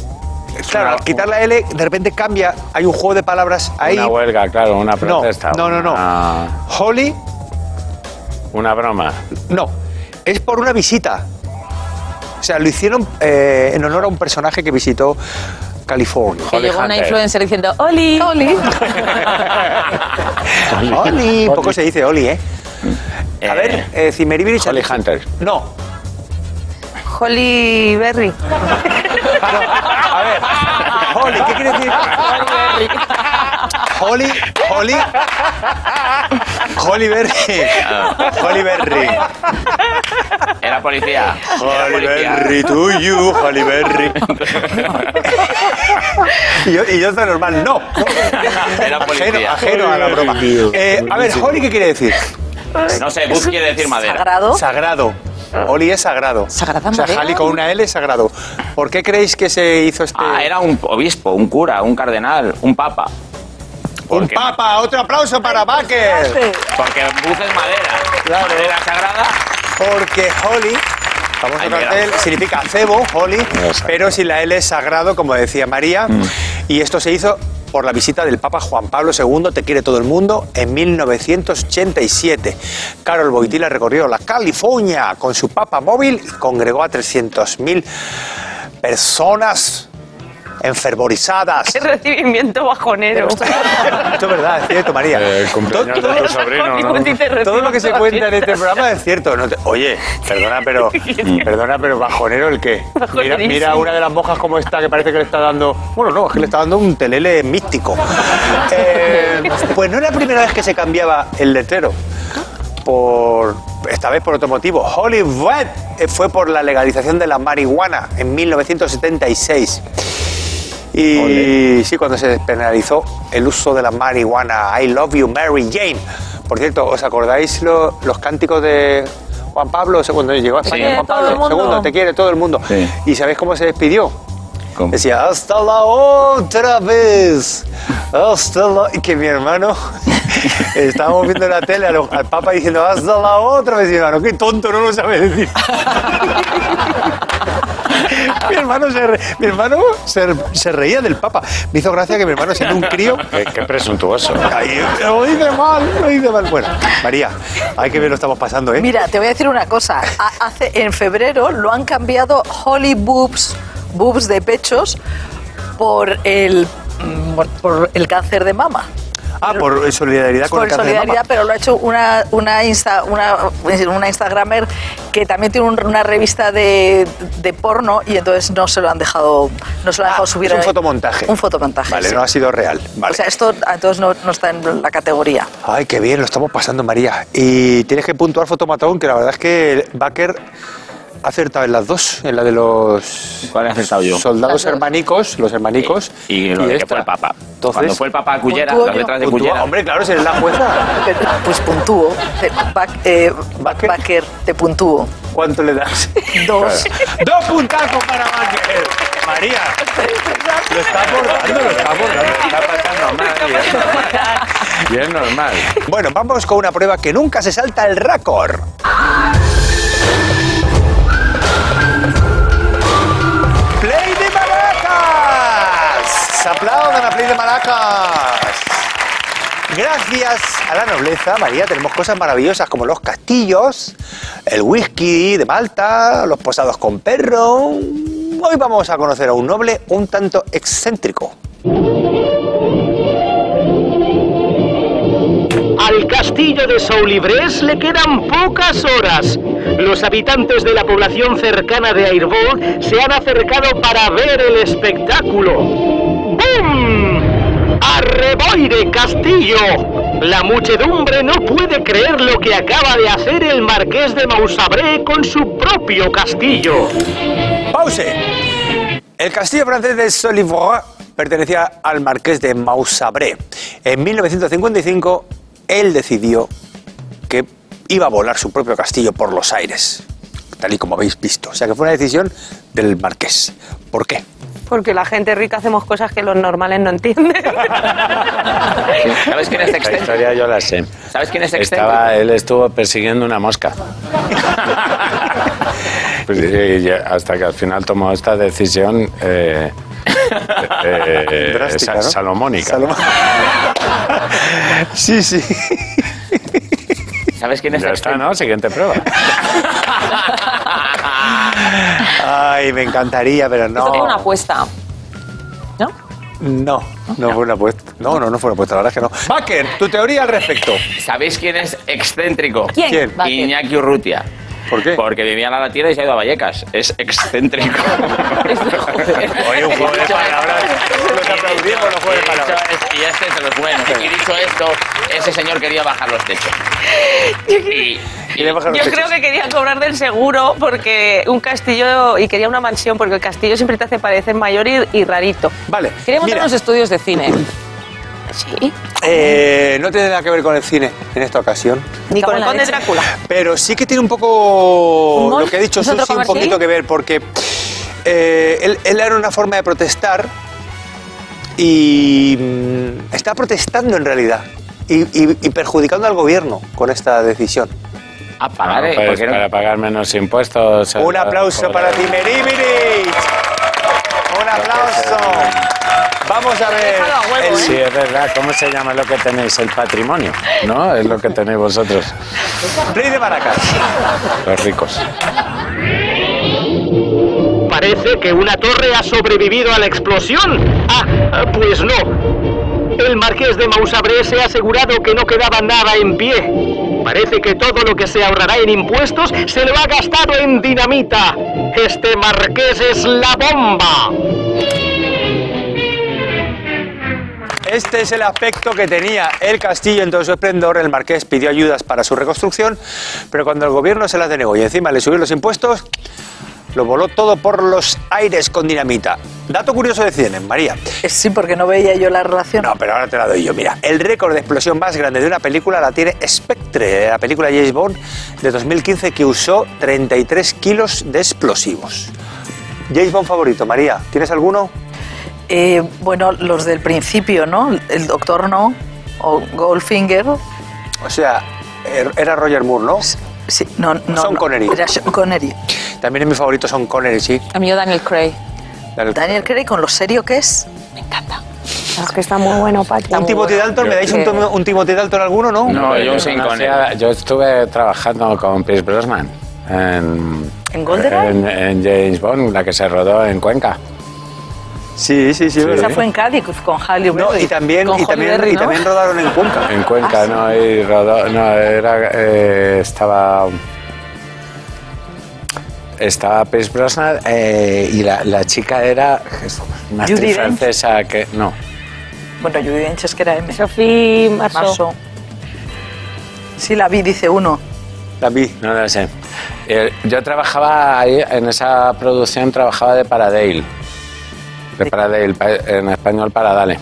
Speaker 1: claro, al quitar la L, de repente cambia. Hay un juego de palabras ahí.
Speaker 2: Una huelga, claro, una
Speaker 1: No,
Speaker 2: protesta.
Speaker 1: no, no, no.
Speaker 2: Una,
Speaker 1: Holly,
Speaker 2: una broma.
Speaker 1: no. Es por una visita. O sea, lo hicieron eh, en honor a un personaje que visitó California.
Speaker 5: Que
Speaker 2: Holly
Speaker 5: llegó una
Speaker 2: Hunter.
Speaker 5: influencer diciendo, ¡Oli! ¡Oli!
Speaker 1: Oli, poco se dice Oli, ¿eh? A
Speaker 3: Eh,
Speaker 1: ver, eh, Cimeribiri.
Speaker 2: Holly Hunter.
Speaker 1: No,
Speaker 7: Holly Berry.
Speaker 1: A ver, Holly, ¿qué quiere decir? Holly, Holly. Holly Berry. Holly Berry.
Speaker 3: Era policía. Era
Speaker 1: Holly
Speaker 3: policía.
Speaker 1: Berry to you, Holly Berry. y, yo, y yo está normal, no. Ajeno,
Speaker 3: Era policía.
Speaker 1: ajeno a la broma. Eh, a ver, Holly, ¿qué quiere decir?
Speaker 3: No sé, Bus quiere decir madera.
Speaker 4: Sagrado.
Speaker 1: Sagrado.
Speaker 3: Ah.
Speaker 1: Holly es sagrado.
Speaker 5: ¿Oh? Sagrada
Speaker 1: O sea,
Speaker 5: madera.
Speaker 1: Holly con una L es sagrado. ¿Por qué creéis que se hizo este.?
Speaker 3: Ah, era un obispo, un cura, un cardenal, un papa.
Speaker 1: Un
Speaker 3: Porque-
Speaker 1: papa, otro aplauso para Baker.
Speaker 3: Porque Bus es madera.
Speaker 1: Claro.
Speaker 3: Madera sagrada.
Speaker 1: Porque holy, famoso
Speaker 3: Ahí
Speaker 1: cartel,
Speaker 3: queda.
Speaker 1: significa cebo, holy,
Speaker 2: Exacto.
Speaker 1: pero si la L es sagrado, como decía María. Y esto se hizo por la visita del Papa Juan Pablo II, Te quiere todo el mundo, en 1987. Carol Boitila recorrió la California con su Papa móvil y congregó a 300.000 personas enfervorizadas.
Speaker 7: Qué recibimiento bajonero.
Speaker 1: Esto es verdad, es cierto, María.
Speaker 2: Eh, el cumpleaños
Speaker 1: Todo-
Speaker 2: de tu sobrino, ¿no?
Speaker 7: Hollywood y te
Speaker 1: Todo
Speaker 7: reciben
Speaker 1: lo que se
Speaker 7: toda
Speaker 1: cuenta en
Speaker 7: fiesta.
Speaker 1: este programa es cierto. no te- oye, perdona, pero perdona, pero bajonero el qué. Mira,
Speaker 7: Bajonerísimo.
Speaker 1: mira una de las mojas como esta que parece que le está dando. Bueno, no, es que le está dando un telele místico. Eh, pues no era la primera vez que se cambiaba el letrero. Por esta vez por otro motivo. Hollywood eh, fue por la legalización de la marihuana en 1976. Y sí, cuando se despenalizó el uso de la marihuana, I love you, Mary Jane. Por cierto, ¿os acordáis lo- los cánticos de Juan Pablo? Cuando llegó a España,
Speaker 3: Sí.
Speaker 1: Juan
Speaker 6: Todo el
Speaker 1: Pablo
Speaker 6: mundo.
Speaker 1: segundo, te quiere todo el mundo.
Speaker 3: Sí.
Speaker 1: ¿Y sabéis cómo se despidió?
Speaker 3: ¿Cómo?
Speaker 1: Decía, hasta la otra vez. Hasta la... Y que mi hermano, estábamos viendo la tele a lo- al Papa diciendo, hasta la otra vez. Y mi hermano, qué tonto, no lo sabe decir. Mi hermano, se, re- mi hermano se, se reía del Papa. Me hizo gracia que mi hermano, siendo un crío,
Speaker 2: Qué, qué presuntuoso.
Speaker 1: Ay, lo dice mal, lo dice mal. Bueno, María, hay que ver lo estamos pasando, ¿eh?
Speaker 4: Mira, te voy a decir una cosa. Ha- Hace, en febrero lo han cambiado Holly Boobs, boobs de pechos, por el, mm, por- por el cáncer de mama.
Speaker 1: ah, por solidaridad con el
Speaker 4: por
Speaker 1: cáncer de
Speaker 4: solidaridad,
Speaker 1: mama.
Speaker 4: pero lo ha hecho una, una, Insta- una, una Instagramer que también tiene un- una revista de, de porno y entonces no se lo han dejado, no se lo han
Speaker 1: Ah,
Speaker 4: dejado subir.
Speaker 1: es un
Speaker 4: a-
Speaker 1: fotomontaje.
Speaker 4: Un fotomontaje.
Speaker 1: Vale,
Speaker 4: sí.
Speaker 1: no ha sido real. Vale.
Speaker 4: O sea, esto entonces no, no está en la categoría.
Speaker 1: Ay, qué bien, lo estamos pasando, María. Y tienes que puntuar Fotomatón, que la verdad es que el Baker ha acertado en las dos, en la de los
Speaker 3: ¿Cuál he acertado yo? Eh,
Speaker 1: soldados hermanicos, los hermanicos.
Speaker 3: Y lo de que
Speaker 1: esta.
Speaker 3: fue el Papa.
Speaker 1: Entonces,
Speaker 3: Cuando fue el Papa a Cullera,
Speaker 4: puntúo
Speaker 3: las
Speaker 4: yo.
Speaker 3: letras de
Speaker 1: puntúa.
Speaker 3: Cullera.
Speaker 1: Hombre, claro, si eres la jueza,
Speaker 4: Pues puntúo. Te, Bac- eh,
Speaker 1: ¿Baker?
Speaker 4: Baker, te puntúo.
Speaker 1: ¿cuánto le das?
Speaker 4: Dos.
Speaker 1: Dos puntazos para Baker. María, lo está abordando, lo está abordando.
Speaker 2: Está pasando mal, y es normal. Y es normal.
Speaker 1: Bueno, vamos con una prueba que nunca se salta el récord. ¡Play de Malacas! ¡Aplaudan a Play de Malacas! Gracias a la nobleza, María, tenemos cosas maravillosas como los castillos, el whisky de Malta, los posados con perro. Hoy vamos a conocer a un noble un tanto excéntrico.
Speaker 8: Al castillo de Soulibres le quedan pocas horas. Los habitantes de la población cercana de Airball se han acercado para ver el espectáculo. ¡Bum! ¡Arreboire castillo! La muchedumbre no puede creer lo que acaba de hacer el marqués de Mausabré con su propio castillo.
Speaker 1: Pause. El castillo francés de Solivois pertenecía al marqués de Mausabré. En 1955, él decidió que iba a volar su propio castillo por los aires, tal y como habéis visto. O sea que fue una decisión del marqués. ¿Por qué?
Speaker 7: Porque la gente rica hacemos cosas que los normales no entienden.
Speaker 3: ¿Sabes quién es
Speaker 2: Esta
Speaker 3: excéntrico?
Speaker 2: historia yo la sé.
Speaker 3: ¿Sabes quién es excéntrico?
Speaker 2: Estaba, él estuvo persiguiendo una mosca. Pues, y- y hasta que al final tomó esta decisión eh, eh, eh,
Speaker 1: Drástica,
Speaker 2: sa-
Speaker 1: ¿no?
Speaker 2: salomónica.
Speaker 1: Salomón. sí, sí.
Speaker 3: ¿Sabes quién es
Speaker 2: Ya está,
Speaker 3: excéntrico?
Speaker 2: ¿no? Siguiente prueba.
Speaker 1: Ay, me encantaría, pero
Speaker 5: Esto fue una
Speaker 1: no.
Speaker 5: apuesta. ¿No?
Speaker 1: No, no fue una apuesta. No, no, no fue una apuesta, la verdad es que no. Baker, tu teoría al respecto.
Speaker 3: ¿Sabéis quién es excéntrico?
Speaker 5: ¿Quién?
Speaker 1: ¿Quién?
Speaker 5: Va, ¿quién?
Speaker 3: Iñaki Urrutia.
Speaker 1: ¿Por qué?
Speaker 3: Porque vivía en la tierra y se ha ido a Vallecas. Es excéntrico.
Speaker 1: Oye, un juego de palabras. Los aplaudimos, los juegos de palabras.
Speaker 3: Eso es- y este es de los buenos. Y dicho esto, ese señor quería bajar los techos. Y, y
Speaker 1: Quería bajar los
Speaker 7: Yo
Speaker 1: techos.
Speaker 7: creo que quería cobrar del seguro porque un castillo y quería una mansión porque el castillo siempre te hace parecer mayor y, y rarito.
Speaker 1: Vale.
Speaker 5: Quería montar
Speaker 1: Mira,
Speaker 5: unos estudios de cine.
Speaker 7: Sí.
Speaker 1: eh, no tiene nada que ver con el cine en esta ocasión,
Speaker 7: Ni
Speaker 5: Cago en
Speaker 7: con el
Speaker 5: la
Speaker 7: conde
Speaker 5: leche.
Speaker 7: Drácula.
Speaker 1: pero sí que tiene un poco
Speaker 5: ¿Humor?
Speaker 1: lo que ha dicho
Speaker 5: ¿Es otro
Speaker 1: Susi, un
Speaker 5: comercial?
Speaker 1: poquito que ver, porque eh, él, él era una forma de protestar y mm, está protestando en realidad y, y- y perjudicando al gobierno con esta decisión.
Speaker 3: a
Speaker 2: Ah,
Speaker 3: pagar, ¿eh?
Speaker 2: pues,
Speaker 3: Porque era-
Speaker 2: para pagar menos impuestos.
Speaker 1: Un
Speaker 2: eh,
Speaker 1: aplauso
Speaker 2: por-
Speaker 1: para ti, Meribiris. Un aplauso. Vamos a ver.
Speaker 7: Déjalo a huevo, ¿eh?
Speaker 1: el-
Speaker 2: Sí, es verdad. ¿Cómo se llama lo que tenéis? El patrimonio, ¿no? Es lo que tenéis vosotros,
Speaker 1: Play de Maracas.
Speaker 2: los ricos.
Speaker 8: Parece que una torre ha sobrevivido a la explosión. Ah, pues no. El marqués de Mausabré se ha asegurado que no quedaba nada en pie. Parece que todo lo que se ahorrará en impuestos se lo ha gastado en dinamita. Este marqués es la bomba.
Speaker 1: Este es el aspecto que tenía el castillo en todo su esplendor. El marqués pidió ayudas para su reconstrucción, pero cuando el gobierno se las denegó y encima le subió los impuestos, lo voló todo por los aires con dinamita. Dato curioso de Cienes, María.
Speaker 4: Eh, Sí, porque no veía yo la relación.
Speaker 1: No, pero ahora te la doy yo. Mira, el récord de explosión más grande de una película la tiene Spectre, la película James Bond de 2015 que usó 33 kilos de explosivos. James Bond favorito, María, ¿tienes alguno?
Speaker 4: Eh, bueno, los del principio, ¿no? El Doctor No o Goldfinger.
Speaker 1: O sea, er- era Roger Moore, ¿no?
Speaker 4: Sí, no, no,
Speaker 1: Sean
Speaker 4: no,
Speaker 1: Connery.
Speaker 4: Era Sean Connery.
Speaker 1: También es mi favorito son Connery, sí.
Speaker 5: A mí yo Daniel Craig.
Speaker 1: Dale.
Speaker 4: Daniel Craig, con lo serio que es.
Speaker 5: Me encanta.
Speaker 7: Es que está muy bueno, Pachi.
Speaker 1: ¿Un Timothy Dalton? ¿Me dais un, Tom- un Timothy Dalton alguno, no?
Speaker 3: No, yo
Speaker 2: Yo
Speaker 3: un cinco.
Speaker 2: conocí a- Yo estuve trabajando con Pierce Brosnan en,
Speaker 4: ¿En Goldeneye?
Speaker 2: en- en James Bond, la que se rodó en Cuenca.
Speaker 1: Sí, sí, sí. es
Speaker 4: Esa
Speaker 1: verdad.
Speaker 4: fue en Cádiz con Halle
Speaker 1: No, y también,
Speaker 5: Con
Speaker 1: y, también,
Speaker 5: Holly Berry,
Speaker 1: y
Speaker 5: ¿no?
Speaker 1: también rodaron en Cuenca.
Speaker 2: En
Speaker 4: Ah,
Speaker 2: Cuenca, ¿no? Y rodó, no, era, eh, estaba... Estaba Pierce Brosnan eh, y la, la chica era una
Speaker 4: Judi
Speaker 2: actriz
Speaker 4: Dench.
Speaker 2: francesa que... No,
Speaker 4: Bueno, Judy Dench es que era M.
Speaker 7: Sophie Marceau.
Speaker 4: Marceau. Sí, la vi, dice uno.
Speaker 1: La vi.
Speaker 2: no lo sé. Eh, yo trabajaba ahí, en esa producción trabajaba de Paradale. De Paradale, pa- en español Paradale.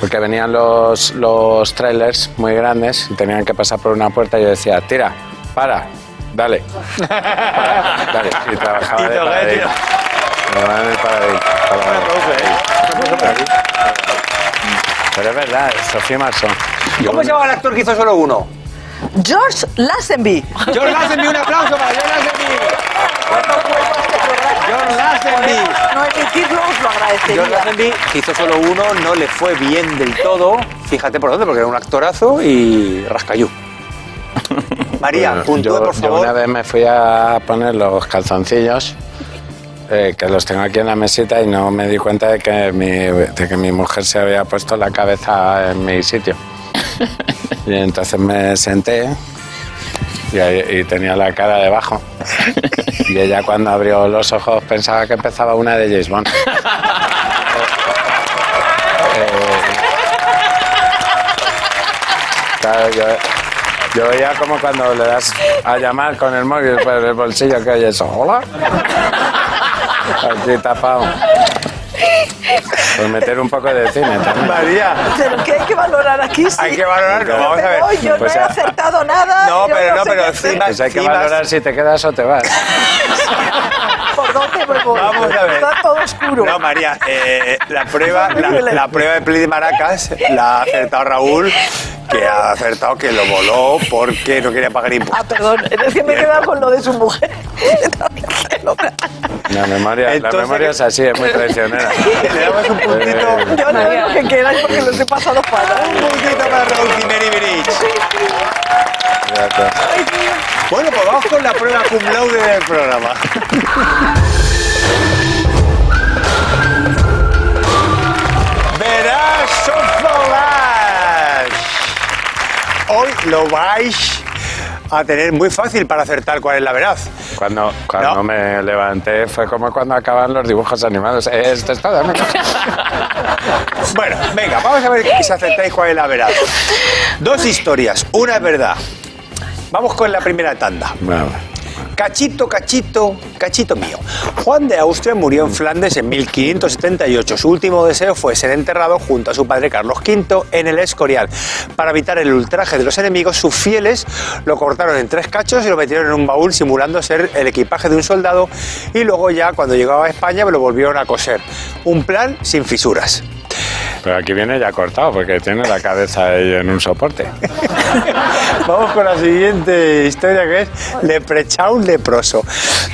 Speaker 2: Porque venían los, los trailers muy grandes y tenían que pasar por una puerta y yo decía, tira, para, dale. Para, dale, y trabajaba de
Speaker 1: Tito, eh,
Speaker 2: Paradale.
Speaker 1: tío.
Speaker 2: Trabajaba en el Paradale, Paradale.
Speaker 1: ¿eh?
Speaker 2: Pero es verdad, Sofía Marson.
Speaker 1: ¿Cómo se llama el actor que hizo solo uno?
Speaker 4: George Lazenby.
Speaker 1: John Lazenby, un aplauso para John Lazenby. pues, John Lazenby.
Speaker 4: No emitirlo os lo
Speaker 1: John
Speaker 4: agradecería.
Speaker 1: Lazenby, que hizo solo uno, no le fue bien del todo. Fíjate por dónde, porque era un actorazo y rascayú. María,
Speaker 2: Bueno,
Speaker 1: puntúa,
Speaker 2: yo-
Speaker 1: por
Speaker 2: Yo una
Speaker 1: favor.
Speaker 2: vez me fui a poner los calzoncillos, eh, que los tengo aquí en la mesita, y no me di cuenta de que mi, de que mi mujer se había puesto la cabeza en mi sitio. Y entonces me senté y, ahí- y tenía la cara debajo. Y ella cuando abrió los ojos pensaba que empezaba una de James Bond. Eh, Claro, yo, yo veía como cuando le das a llamar con el móvil por el bolsillo que oyes, hola. Aquí tapado. Por meter un poco de cine también.
Speaker 1: María.
Speaker 4: Pero que hay que valorar aquí, sí.
Speaker 1: Hay que valorarlo,
Speaker 4: Pero
Speaker 1: vamos a ver.
Speaker 4: hoy yo
Speaker 2: Pues
Speaker 4: no he
Speaker 2: a-
Speaker 4: acertado nada.
Speaker 1: No,
Speaker 4: yo
Speaker 1: pero no,
Speaker 4: sé
Speaker 1: pero
Speaker 4: qué hacer.
Speaker 1: encima-
Speaker 2: Pues hay que
Speaker 1: Sí, vas.
Speaker 2: valorar si te quedas o te vas.
Speaker 4: ¿Por dónde me voy?
Speaker 1: Vamos a ver.
Speaker 4: Está todo oscuro.
Speaker 1: No, María, eh, la, prueba, la, la prueba de Play de Maracas la ha acertado Raúl, que ha acertado que lo voló porque no quería pagar
Speaker 4: Ah,
Speaker 1: impuestos.
Speaker 4: perdón, es que me he quedado con lo de su mujer.
Speaker 2: La memoria,
Speaker 1: Entonces-
Speaker 2: la memoria es así, es muy traicionera.
Speaker 1: Le damos un puntito, un
Speaker 4: Yo no veo lo que queráis porque los he pasado fatal.
Speaker 1: puntito para Raúl Jiménez Birich.
Speaker 2: Gracias.
Speaker 1: Bueno, pues vamos con la prueba cum laude del programa. Verás Sofolash. Hoy lo vais a tener muy fácil para acertar cuál es la veraz.
Speaker 2: Cuando, cuando
Speaker 1: No.
Speaker 2: me levanté fue como cuando acaban los dibujos animados. Eh, Esto está de menos.
Speaker 1: Bueno, venga, vamos a ver si acertáis cuál es la verdad. Dos historias, una es verdad. Vamos con la primera tanda.
Speaker 2: Bueno,
Speaker 1: Cachito, cachito, cachito mío. Juan de Austria murió en Flandes en 1578. Su último deseo fue ser enterrado junto a su padre Carlos V en el Escorial. Para evitar el ultraje de los enemigos, sus fieles lo cortaron en tres cachos y lo metieron en un baúl simulando ser el equipaje de un soldado y luego ya cuando llegaba a España lo volvieron a coser. Un plan sin fisuras.
Speaker 2: pero aquí viene ya cortado porque tiene la cabeza ahí en un soporte.
Speaker 1: Vamos con la siguiente historia que es Leprechaun leproso.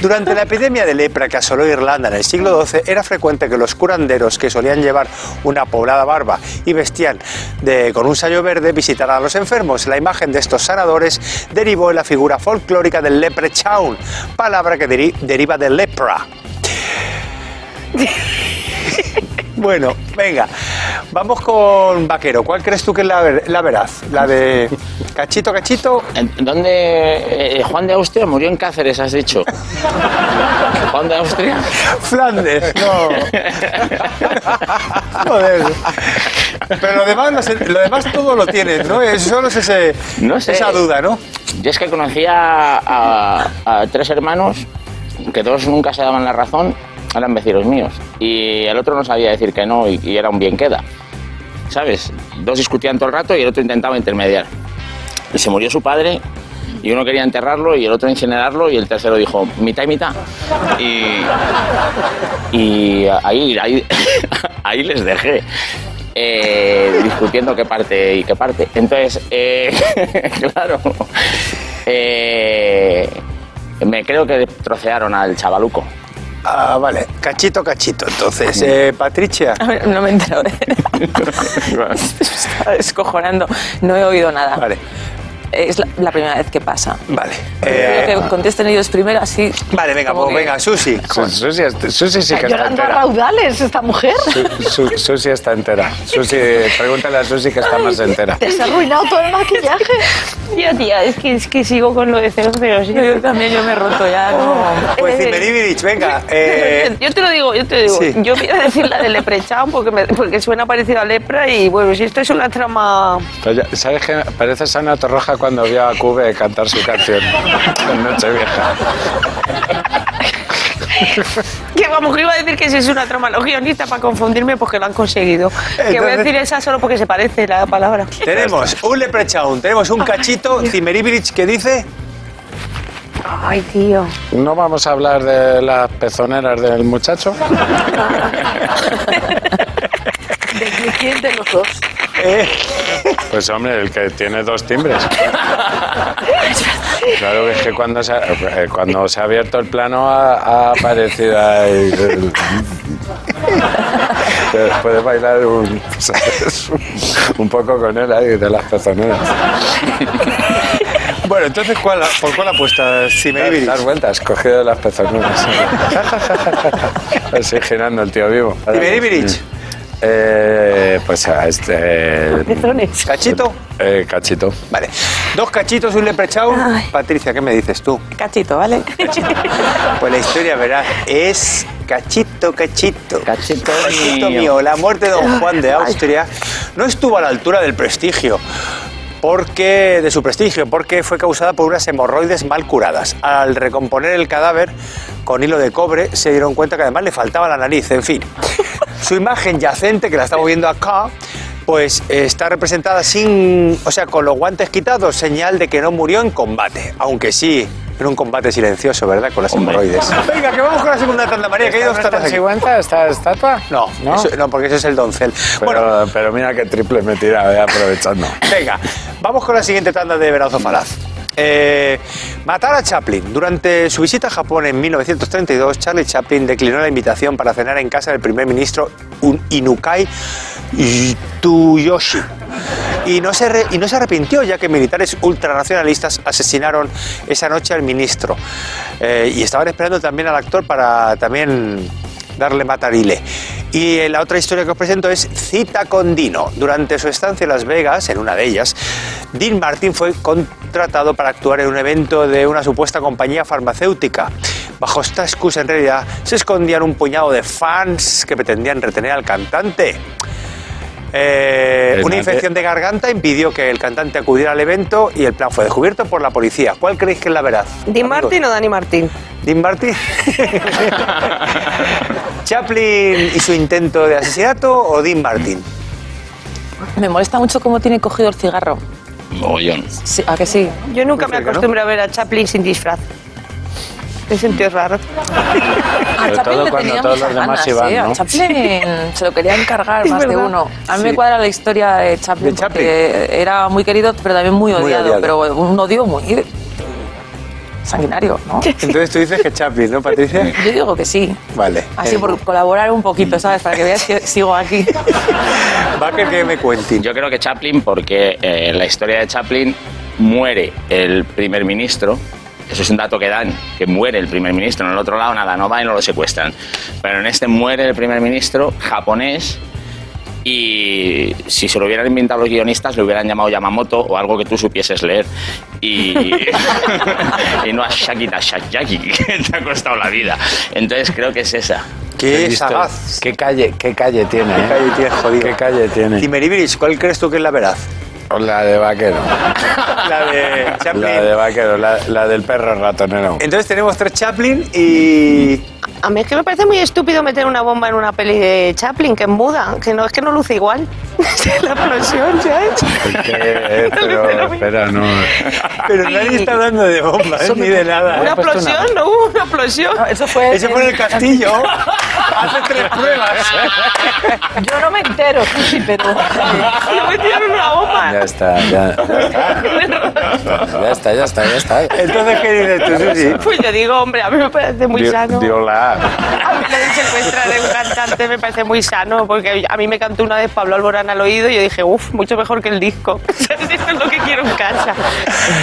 Speaker 1: Durante la epidemia de lepra que asoló Irlanda en el siglo XII, era frecuente que los curanderos que solían llevar una poblada barba y vestían de, con un sayo verde visitaran a los enfermos. La imagen de estos sanadores derivó en la figura folclórica del Leprechaun, palabra que deri- deriva de lepra. Bueno, venga, vamos con Vaquero. ¿Cuál crees tú que es la, ver- la veraz? ¿La de cachito, cachito
Speaker 3: En- ¿Dónde eh, eh, Juan de Austria murió en Cáceres, has dicho? Juan de Austria.
Speaker 1: Flandes, no. Joder. Pero lo demás, lo, se- lo demás todo lo tienes, ¿no? Es- Solo es ese,
Speaker 3: No sé.
Speaker 1: esa duda, ¿no?
Speaker 3: Yo es que conocía a, a tres hermanos que dos nunca se daban la razón, eran vecinos míos. Y el otro no sabía decir que no y, y era un bien queda. ¿Sabes? Dos discutían todo el rato y el otro intentaba intermediar. Y se murió su padre y uno quería enterrarlo y el otro incinerarlo y el tercero dijo mitad y mitad. Y, y ahí, ahí, ahí les dejé. eh, discutiendo qué parte y qué parte. Entonces, eh, claro, eh, me creo que trocearon al chavaluco.
Speaker 1: Ah, vale. Cachito, cachito. Entonces, eh, Patricia.
Speaker 5: A ver, no me he enterado. de- Estaba descojonando. No he oído nada.
Speaker 1: Vale,
Speaker 5: Es la, la primera vez que pasa.
Speaker 1: vale.
Speaker 5: Creo
Speaker 1: Eh,
Speaker 5: que contesten ellos primero, así.
Speaker 1: vale, venga,
Speaker 5: como
Speaker 1: pues,
Speaker 5: que-
Speaker 1: venga, Susi.
Speaker 2: Su- Susi, est- Susi sí que está
Speaker 4: Llorando a
Speaker 2: entera.
Speaker 4: raudales esta mujer.
Speaker 2: Su- Su- Susi está entera. Susi, pregúntale a Susi que está más entera.
Speaker 4: Te has arruinado todo el maquillaje.
Speaker 7: Yo, tía, es que, es que sigo con lo de 007.
Speaker 5: Yo también, yo me he roto ya.
Speaker 7: Oh,
Speaker 5: no.
Speaker 1: Pues Zimmeribirich, venga. eh,
Speaker 7: Yo te lo digo, yo te digo.
Speaker 1: Sí.
Speaker 7: Yo voy a decir la de Leprechaun porque, me- porque suena parecido a Lepra y bueno, si esto es una trama...
Speaker 2: Pero ya- ¿Sabes que Parece Sana Torroja cuando vio a Cube cantar su canción en Nochevieja.
Speaker 7: Que vamos, que iba a decir que si es una trama los guionistas para confundirme porque lo han conseguido. que voy a
Speaker 1: Entonces-
Speaker 7: decir esa solo porque se parece la palabra.
Speaker 1: tenemos un leprechaun, tenemos un cachito, Zimmeribirich, que dice...
Speaker 7: Ay, tío.
Speaker 2: No vamos a hablar de las pezoneras del muchacho.
Speaker 4: ¿De quién de los dos?
Speaker 1: eh,
Speaker 2: Pues hombre, el que tiene dos timbres. Claro que es que cuando se ha, eh, cuando se ha abierto el plano ha, ha aparecido ahí. el- que Puedes bailar un, ¿sabes? un poco con él ahí de las pezoneras.
Speaker 1: Bueno, entonces, ¿cuál, ¿por cuál apuesta
Speaker 2: Dar,
Speaker 1: Zimmeribirich?
Speaker 2: dar vueltas, cogido de las pezoneras. Así girando el tío vivo. Mm.
Speaker 1: ¿Y Beribirich?
Speaker 2: Eh, pues a este.
Speaker 7: Pezones.
Speaker 1: ¿Cachito?
Speaker 2: eh, cachito.
Speaker 1: Vale. Dos cachitos, un leprechaun. Patricia, ¿qué me dices tú?
Speaker 5: Cachito, ¿vale?
Speaker 1: Pues la historia, verás, es cachito, cachito.
Speaker 3: Cachito
Speaker 1: Cachito
Speaker 3: mío.
Speaker 1: mío. La muerte de don Juan de Austria no estuvo a la altura del prestigio. Porque, de su prestigio, porque fue causada por unas hemorroides mal curadas. Al recomponer el cadáver con hilo de cobre, se dieron cuenta que además le faltaba la nariz, en fin. Su imagen yacente, que la estamos viendo acá, pues eh, está representada sin, o sea, con los guantes quitados, señal de que no murió en combate, aunque sí en un combate silencioso, ¿verdad? Con las
Speaker 3: Hombre.
Speaker 1: hemorroides. Venga, que vamos con la segunda tanda, María, que hay dos tandas aquí.
Speaker 2: ¿Sigüenza esta estatua?
Speaker 1: No, eso-
Speaker 2: ¿No?
Speaker 1: ¿No? porque eso es el doncel.
Speaker 2: Pero,
Speaker 1: Bueno,
Speaker 2: pero mira qué triple me tira, eh, aprovechando.
Speaker 1: venga, vamos con la siguiente tanda de Verazo Falaz. Eh, matar a Chaplin. Durante su visita a Japón en 1932, Charlie Chaplin declinó la invitación para cenar en casa del primer ministro Un- Inukai Tuyoshi. Y no, se re- y no se arrepintió, ya que militares ultranacionalistas asesinaron esa noche al ministro. Eh, y estaban esperando también al actor para también darle matarile. Y eh, la otra historia que os presento es Cita con Dino. Durante su estancia en Las Vegas, en una de ellas, Dean Martin fue contratado para actuar en un evento de una supuesta compañía farmacéutica. Bajo esta excusa, en realidad, se escondían un puñado de fans que pretendían retener al cantante. Eh,
Speaker 2: El
Speaker 1: una
Speaker 2: mate-
Speaker 1: infección de garganta impidió que el cantante acudiera al evento y el plan fue descubierto por la policía. ¿Cuál creéis que es la verdad?
Speaker 7: ¿Dean
Speaker 1: amigos?
Speaker 7: Martin o Dani Martín?
Speaker 1: Dean Martin. Chaplin y su intento de asesinato o Dean Martin.
Speaker 5: Me molesta mucho cómo tiene cogido el cigarro.
Speaker 3: Mogollón.
Speaker 5: Sí, ¿A que sí?
Speaker 7: Yo nunca me
Speaker 1: cerca, Pues ¿no?
Speaker 7: acostumbré a ver a Chaplin sin disfraz. Me sentí raro.
Speaker 5: A
Speaker 2: Sobre todo
Speaker 5: Chaplin le
Speaker 2: cuando
Speaker 5: tenía
Speaker 2: todos
Speaker 5: muchas
Speaker 2: los demás
Speaker 5: ganas,
Speaker 2: iban,
Speaker 5: ¿eh? A
Speaker 2: ¿no?
Speaker 5: Chaplin se lo quería encargar
Speaker 7: Es
Speaker 5: más de
Speaker 7: verdad.
Speaker 5: uno. A mí
Speaker 1: Sí.
Speaker 5: me cuadra la historia de Chaplin,
Speaker 1: ¿De Chaplin?
Speaker 5: porque era muy querido, pero también muy odiado.
Speaker 1: odiado.
Speaker 5: Pero un odio muy sanguinario, ¿no?
Speaker 1: Entonces tú dices que Chaplin, ¿no, Patricia?
Speaker 5: Yo digo que sí.
Speaker 1: Vale. Eh,
Speaker 5: Así por colaborar un poquito, ¿sabes? Para que veas que sigo aquí.
Speaker 1: Va que que me cuentin.
Speaker 3: Yo creo que Chaplin, porque eh, en la historia de Chaplin muere el primer ministro. Eso es un dato que dan, que muere el primer ministro. En el otro lado nada, no va y no lo secuestran. Pero en este muere el primer ministro japonés y si se lo hubieran inventado los guionistas le hubieran llamado Yamamoto o algo que tú supieses leer y, y no a Shakita Shakiyaki que te ha costado la vida. Entonces creo que es esa.
Speaker 1: Qué
Speaker 2: listo.
Speaker 1: sagaz.
Speaker 2: ¿Qué calle, qué calle tiene? eh.
Speaker 1: Qué calle tiene, jodido.
Speaker 2: ¿Qué calle tiene?
Speaker 1: Timeribiris, ¿cuál crees tú que es la verdad?
Speaker 2: La de vaquero.
Speaker 1: La de Chaplin.
Speaker 2: La de vaquero, la, la del perro ratonero.
Speaker 1: Entonces tenemos tres Chaplin y.
Speaker 7: A mí es que me parece muy estúpido meter una bomba en una peli de Chaplin, que es muda, que no es que no luce igual. la explosión, ¿sabes?
Speaker 2: Es que, eh, pero, espera, no.
Speaker 1: Pero nadie está hablando de bombas ¿eh? ni de
Speaker 7: Una
Speaker 1: nada.
Speaker 7: explosión, no hubo una explosión.
Speaker 4: Eso fue.
Speaker 1: Ese fue en el castillo. Hace tres pruebas.
Speaker 4: Yo no me entero, sí, pero.
Speaker 7: No metieron una bomba.
Speaker 2: Ya está, ya. Ya está, ya está, ya está.
Speaker 1: Entonces, ¿qué dices tú, Susi?
Speaker 7: Pues yo digo, hombre, a mí me parece muy
Speaker 2: Dio-
Speaker 7: sano.
Speaker 2: dio la.
Speaker 7: A mí lo de secuestrar a un cantante me parece muy sano, porque a mí me cantó una vez Pablo Alborán al oído y yo dije, uff, mucho mejor que el disco. Esto es lo que quiero en casa.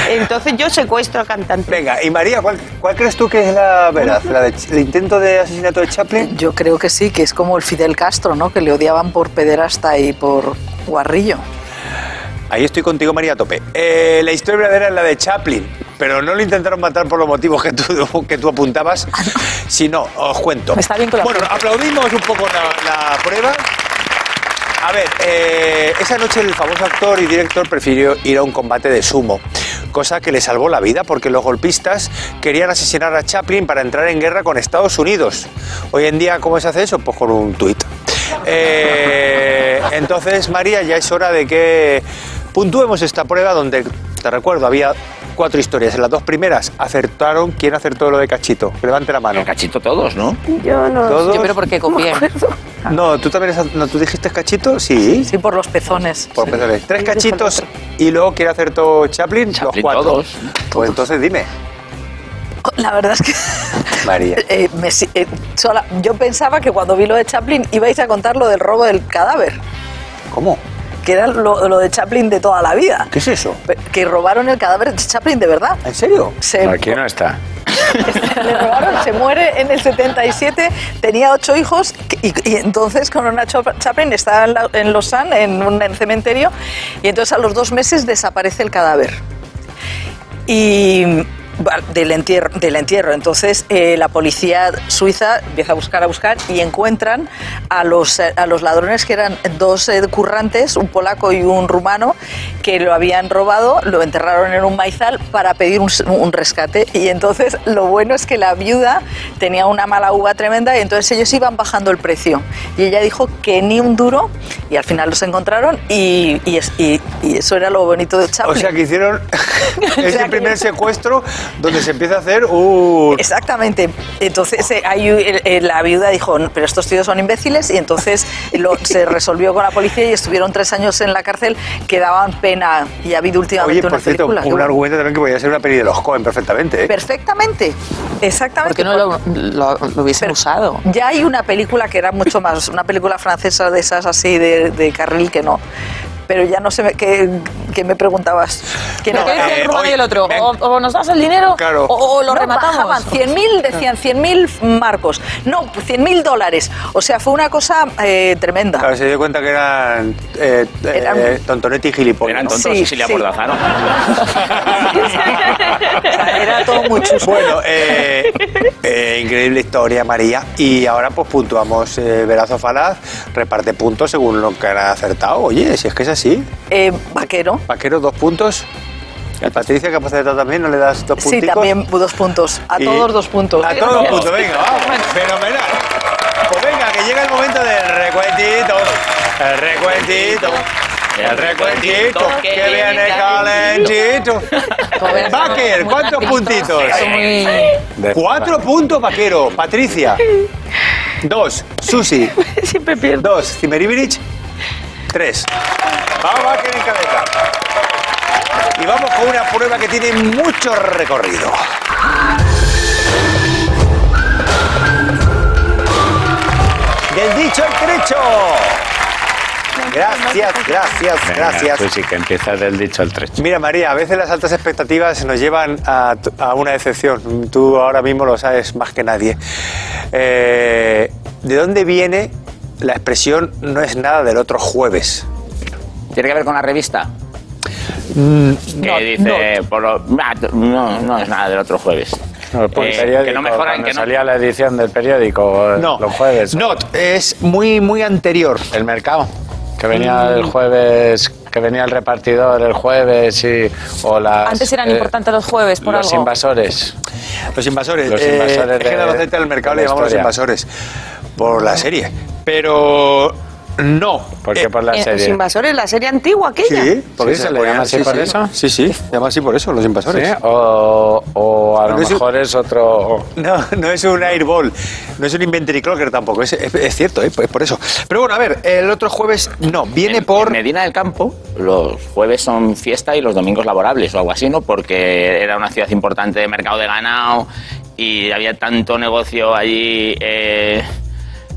Speaker 7: Entonces yo secuestro a cantante.
Speaker 1: Venga, y María, ¿cuál, cuál crees tú que es la verdad? ¿La del el intento de asesinato de Chaplin?
Speaker 4: Yo creo que sí, que es como el Fidel Castro, ¿no? Que le odiaban por pederasta y por guarrillo.
Speaker 1: Ahí estoy contigo, María, a tope. Eh, la historia verdadera es la de Chaplin, pero no lo intentaron matar por los motivos que tú, que tú apuntabas, sino, os cuento.
Speaker 6: Ah, Está bien con la
Speaker 1: Bueno, aplaudimos un poco la, la prueba. A ver, eh, esa noche el famoso actor y director prefirió ir a un combate de sumo, cosa que le salvó la vida porque los golpistas querían asesinar a Chaplin para entrar en guerra con Estados Unidos. Hoy en día, ¿cómo se hace eso? Pues con un tuit. Eh, entonces, María, ya es hora de que puntuemos esta prueba donde, te recuerdo, había cuatro historias. En las dos primeras acertaron. ¿Quién acertó lo de Cachito? Levante la mano.
Speaker 3: Bueno, cachito todos, ¿no?
Speaker 7: Yo no.
Speaker 1: ¿Todos?
Speaker 5: Yo, pero porque copié.
Speaker 1: No, ¿tú también has- no, tú dijiste Cachito? Sí.
Speaker 4: Sí, por los pezones.
Speaker 1: Por empezar, tres cachitos y luego quiere hacer todo Chaplin, los
Speaker 3: Chaplin,
Speaker 1: cuatro.
Speaker 3: todos.
Speaker 1: Pues entonces dime,
Speaker 4: La verdad es que.
Speaker 1: María.
Speaker 4: eh, me si- eh, sola- yo pensaba que cuando vi lo de Chaplin ibais a contar lo del robo del cadáver,
Speaker 1: ¿Cómo?
Speaker 4: que era lo, lo de Chaplin de toda la vida.
Speaker 1: ¿Qué es eso?
Speaker 4: Pe- Que robaron el cadáver de Chaplin de verdad.
Speaker 1: ¿En serio?
Speaker 4: Se,
Speaker 2: Aquí no está.
Speaker 4: le robaron, se muere en el 77, tenía ocho hijos y, y entonces con una Chaplin estaba en, la- en Lausanne, en un en cementerio, y entonces a los dos meses desaparece el cadáver. Y va- del entierro, del entierro. entonces eh, la policía suiza empieza a buscar a buscar y encuentran a los eh, a los ladrones que eran dos eh, currantes un polaco y un rumano que lo habían robado lo enterraron en un maizal para pedir un, s- un rescate y entonces lo bueno es que la viuda tenía una mala uva tremenda y entonces ellos iban bajando el precio y ella dijo que ni un duro y al final los encontraron y, y es- y- y eso era lo bonito de Chaplin
Speaker 1: O sea que hicieron
Speaker 4: sea
Speaker 1: ese
Speaker 4: que-
Speaker 1: primer secuestro donde se empieza a hacer un...
Speaker 4: Exactamente. Entonces eh, ahí, eh, eh, la viuda dijo, "No, pero estos tíos son imbéciles y entonces lo- se resolvió con la policía y estuvieron tres años en la cárcel que daban pena y ha habido últimamente
Speaker 1: Oye,
Speaker 4: una
Speaker 1: por cierto,
Speaker 4: película.
Speaker 1: un
Speaker 4: que-
Speaker 1: argumento también que podría ser una peli de los Cohen perfectamente, ¿eh?
Speaker 4: Perfectamente,
Speaker 5: ¿Por
Speaker 4: exactamente.
Speaker 5: qué no lo, lo, lo hubiesen
Speaker 4: Pero-
Speaker 5: usado?
Speaker 4: Ya hay una película que era mucho más, una película francesa de esas así de, de carril que no. Pero ya no sé me- qué, qué me preguntabas. Que
Speaker 1: No,
Speaker 5: ¿Qué decía
Speaker 1: eh,
Speaker 5: el rumano
Speaker 1: hoy-
Speaker 5: y el otro?
Speaker 1: ven.
Speaker 5: O, o nos das el dinero
Speaker 1: Claro.
Speaker 5: o, o lo
Speaker 4: no,
Speaker 5: rematamos.
Speaker 4: bajaban 100.000, decían 100.000 marcos. No, 100.000 dólares. O sea, fue una cosa eh, tremenda.
Speaker 1: Claro, se dio cuenta que eran, eh,
Speaker 4: Eran-
Speaker 1: eh, Tontonetti y gilipollas.
Speaker 3: Eran
Speaker 1: ¿no?
Speaker 3: tontos
Speaker 4: Sí,
Speaker 3: y se le
Speaker 4: sí.
Speaker 3: abordazaron.
Speaker 4: O sea, era todo muy chusco.
Speaker 1: Bueno, eh, eh, increíble historia, María. Y ahora pues puntuamos eh, Verazo Falaz, reparte puntos según lo que han acertado. Oye, si es que es así.
Speaker 4: Eh, vaquero.
Speaker 1: Vaquero, dos puntos. Y a Patricia, que ha pasado también, ¿no le das dos puntos?
Speaker 4: Sí, también dos puntos. A
Speaker 1: Y-
Speaker 4: todos dos puntos.
Speaker 1: A todos dos puntos, venga, vamos. Fenomenal. Pues venga, que llega el momento del recuentito. El recuentito. El recuentito que viene calentito.
Speaker 4: Pues
Speaker 1: Vaquer, ¿cuántos puntitos?
Speaker 5: Eso muy...
Speaker 2: Eh, De-
Speaker 1: Cuatro puntos, vaquero. Patricia. Dos. Susi.
Speaker 7: Siempre pierdo.
Speaker 1: Dos. Zimmeribirich. Tres. Vamos, vaquero en cabeza. Y vamos con una prueba que tiene mucho recorrido. Del dicho al trecho. Gracias, gracias,
Speaker 2: Venga, pues
Speaker 1: gracias.
Speaker 2: Tú sí que empiezas del dicho al trecho.
Speaker 1: Mira, María, a veces las altas expectativas nos llevan a, t- a una decepción. Tú ahora mismo lo sabes más que nadie. Eh, ¿De dónde viene la expresión no es nada del otro jueves?
Speaker 3: ¿Tiene que ver con la revista?
Speaker 2: Mm,
Speaker 3: que dice, por lo- ah, no, no es nada del otro jueves.
Speaker 2: No, por el
Speaker 3: Eh,
Speaker 2: periódico,
Speaker 3: que no mejoran,
Speaker 2: cuando
Speaker 3: que no.
Speaker 2: salía la edición del periódico eh, los jueves.
Speaker 1: Not, es muy, muy anterior.
Speaker 7: Mm.
Speaker 2: El mercado, que venía el jueves que venía el repartidor el jueves y, o las...
Speaker 6: Antes eran
Speaker 2: eh,
Speaker 6: importantes los jueves por
Speaker 2: los
Speaker 6: algo.
Speaker 2: invasores.
Speaker 1: Los invasores.
Speaker 2: Los
Speaker 1: eh,
Speaker 2: invasores
Speaker 1: es que
Speaker 2: de-
Speaker 1: normalmente al mercado
Speaker 2: de
Speaker 1: le
Speaker 2: la
Speaker 1: llamamos los
Speaker 2: historia. Ah.
Speaker 1: invasores por la serie. Pero no.
Speaker 2: ¿Por qué
Speaker 1: Eh,
Speaker 2: por la
Speaker 7: Eh, Los
Speaker 2: serie?
Speaker 7: invasores, la serie antigua aquella.
Speaker 1: Sí, porque
Speaker 2: Sí, se le llama así
Speaker 1: sí,
Speaker 2: por
Speaker 1: sí.
Speaker 2: eso.
Speaker 1: Sí, sí, se llama así por eso, los invasores.
Speaker 2: ¿Sí? O, o a lo
Speaker 1: Porque es un-
Speaker 2: mejor es otro...
Speaker 1: No, no es un airball, no es un inventory clocker tampoco, es, es- es cierto, ¿eh? es por eso. Pero bueno, a ver, el otro jueves no, viene
Speaker 3: en,
Speaker 1: por...
Speaker 3: en Medina del Campo, los jueves son fiesta y los domingos laborables o algo así, ¿no? Porque era una ciudad importante de mercado de ganado y había tanto negocio allí eh,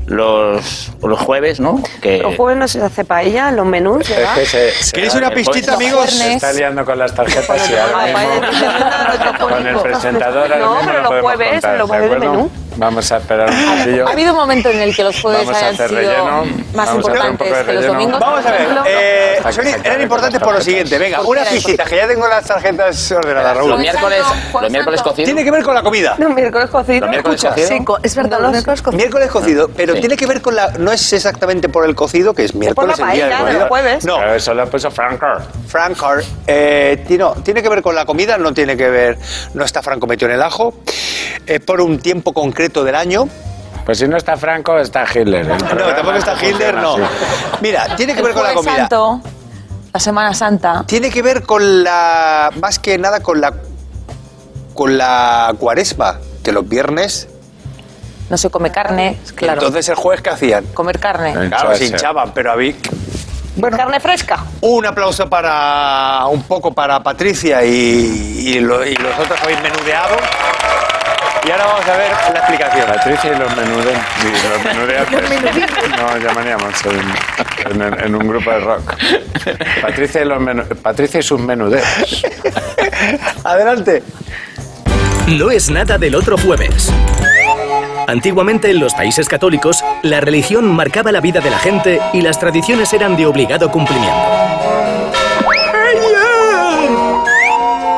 Speaker 3: los, los jueves, ¿no? Que,
Speaker 7: Los jueves no se hace paella, los menús,
Speaker 2: Es
Speaker 7: ¿verdad?
Speaker 2: que se, se
Speaker 1: ¿Queréis
Speaker 2: da-
Speaker 1: una pistita, amigos?
Speaker 2: Se está liando con las tarjetas y ahora
Speaker 7: Ah, vale,
Speaker 2: mismo
Speaker 7: dice, no, no, no, no,
Speaker 2: con el
Speaker 7: no,
Speaker 2: presentador ahora
Speaker 7: no,
Speaker 2: mismo no
Speaker 7: pero los
Speaker 2: podemos
Speaker 7: jueves,
Speaker 2: contar,
Speaker 7: los
Speaker 2: ¿de
Speaker 7: jueves de
Speaker 2: acuerdo?
Speaker 7: menú.
Speaker 2: Vamos a esperar un
Speaker 6: Ha
Speaker 2: poquillo.
Speaker 6: habido un momento en el que los jueves
Speaker 2: Vamos a
Speaker 6: hayan
Speaker 2: hacer
Speaker 6: sido
Speaker 2: relleno.
Speaker 6: más
Speaker 2: Vamos a hacer un
Speaker 6: importantes
Speaker 2: poco de
Speaker 6: que los
Speaker 2: relleno.
Speaker 6: domingos. por
Speaker 1: Vamos a ver,
Speaker 6: ejemplo.
Speaker 1: eh,
Speaker 2: Hasta que
Speaker 1: son-
Speaker 2: se acabe
Speaker 1: eran
Speaker 2: con
Speaker 1: importantes
Speaker 2: las
Speaker 1: por lo
Speaker 2: tarjetas.
Speaker 1: siguiente, venga,
Speaker 5: Porque
Speaker 1: una
Speaker 5: era eso.
Speaker 1: pistita, que ya tengo las tarjetas ordenadas,
Speaker 3: los
Speaker 1: Raúl.
Speaker 5: mía-
Speaker 3: miércoles,
Speaker 5: Santo,
Speaker 3: los miércoles
Speaker 5: Santo.
Speaker 3: cocidos.
Speaker 1: Tiene que ver con la comida.
Speaker 7: Los miércoles cocidos.
Speaker 3: Los miércoles
Speaker 7: escucha,
Speaker 3: cocidos.
Speaker 7: sí, co-
Speaker 4: Es verdad, los miércoles con-
Speaker 1: Miércoles cocido, pero
Speaker 3: Ah, Sí.
Speaker 1: tiene que ver con la. No es exactamente por el cocido, que es miércoles
Speaker 7: la
Speaker 1: el día
Speaker 7: paella
Speaker 1: de
Speaker 7: de los jueves.
Speaker 1: No,
Speaker 2: Pero eso lo ha puesto Franco.
Speaker 1: Franco, eh, ti- no, tiene que ver con la comida, no tiene que ver, no está Franco metido en el ajo, es por un tiempo concreto del año.
Speaker 2: Pues si no está Franco, está Hitler. El
Speaker 1: No,
Speaker 2: programa
Speaker 1: tampoco está
Speaker 2: funciona
Speaker 1: Hitler, no.
Speaker 2: así.
Speaker 1: Mira, tiene que
Speaker 6: El
Speaker 1: ver con la
Speaker 6: Jueves
Speaker 1: comida.
Speaker 6: Santo, la Semana Santa,
Speaker 1: Tiene que ver con la, más que nada con la, con la cuaresma, que los viernes.
Speaker 6: no se come carne, claro.
Speaker 1: Entonces el jueves que hacían.
Speaker 6: Comer carne.
Speaker 1: Claro,
Speaker 2: Hincharse.
Speaker 1: se hinchaban, pero había...
Speaker 7: Carne fresca.
Speaker 1: Un aplauso para un poco para Patricia y, y lo- y los otros que habéis menudeado. Y ahora vamos a ver la explicación.
Speaker 2: Patricia y los menudeos. Sí, los menudeantes. No, llamaríamos en, en- en un grupo de rock. Patricia y, los menu- Patricia y sus menudeos.
Speaker 1: Adelante.
Speaker 9: No es nada del otro jueves. Antiguamente en los países católicos, la religión marcaba la vida de la gente y las tradiciones eran de obligado cumplimiento.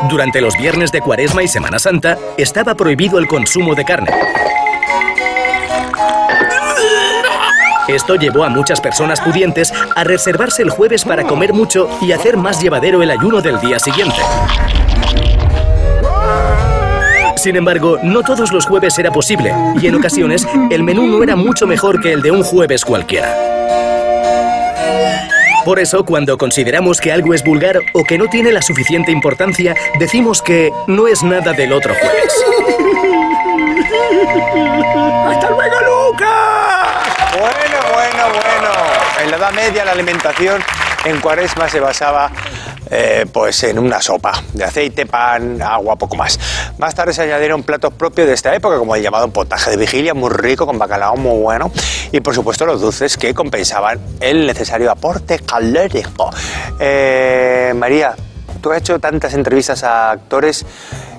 Speaker 9: Durante los viernes de Cuaresma y Semana Santa, estaba prohibido el consumo de carne. Esto llevó a muchas personas pudientes a reservarse el jueves para comer mucho y hacer más llevadero el ayuno del día siguiente. Sin embargo, no todos los jueves era posible, y en ocasiones el menú no era mucho mejor que el de un jueves cualquiera. Por eso, cuando consideramos que algo es vulgar o que no tiene la suficiente importancia, decimos que no es nada del otro jueves. ¡Hasta luego, Lucas!
Speaker 1: Bueno, bueno, bueno. En la Edad Media la alimentación en Cuaresma se basaba eh, pues en una sopa de aceite, pan, agua, poco más. Más tarde se añadieron platos propios de esta época, como el llamado potaje de vigilia, muy rico, con bacalao muy bueno, y por supuesto los dulces que compensaban el necesario aporte calórico. Eh, María, tú has hecho tantas entrevistas a actores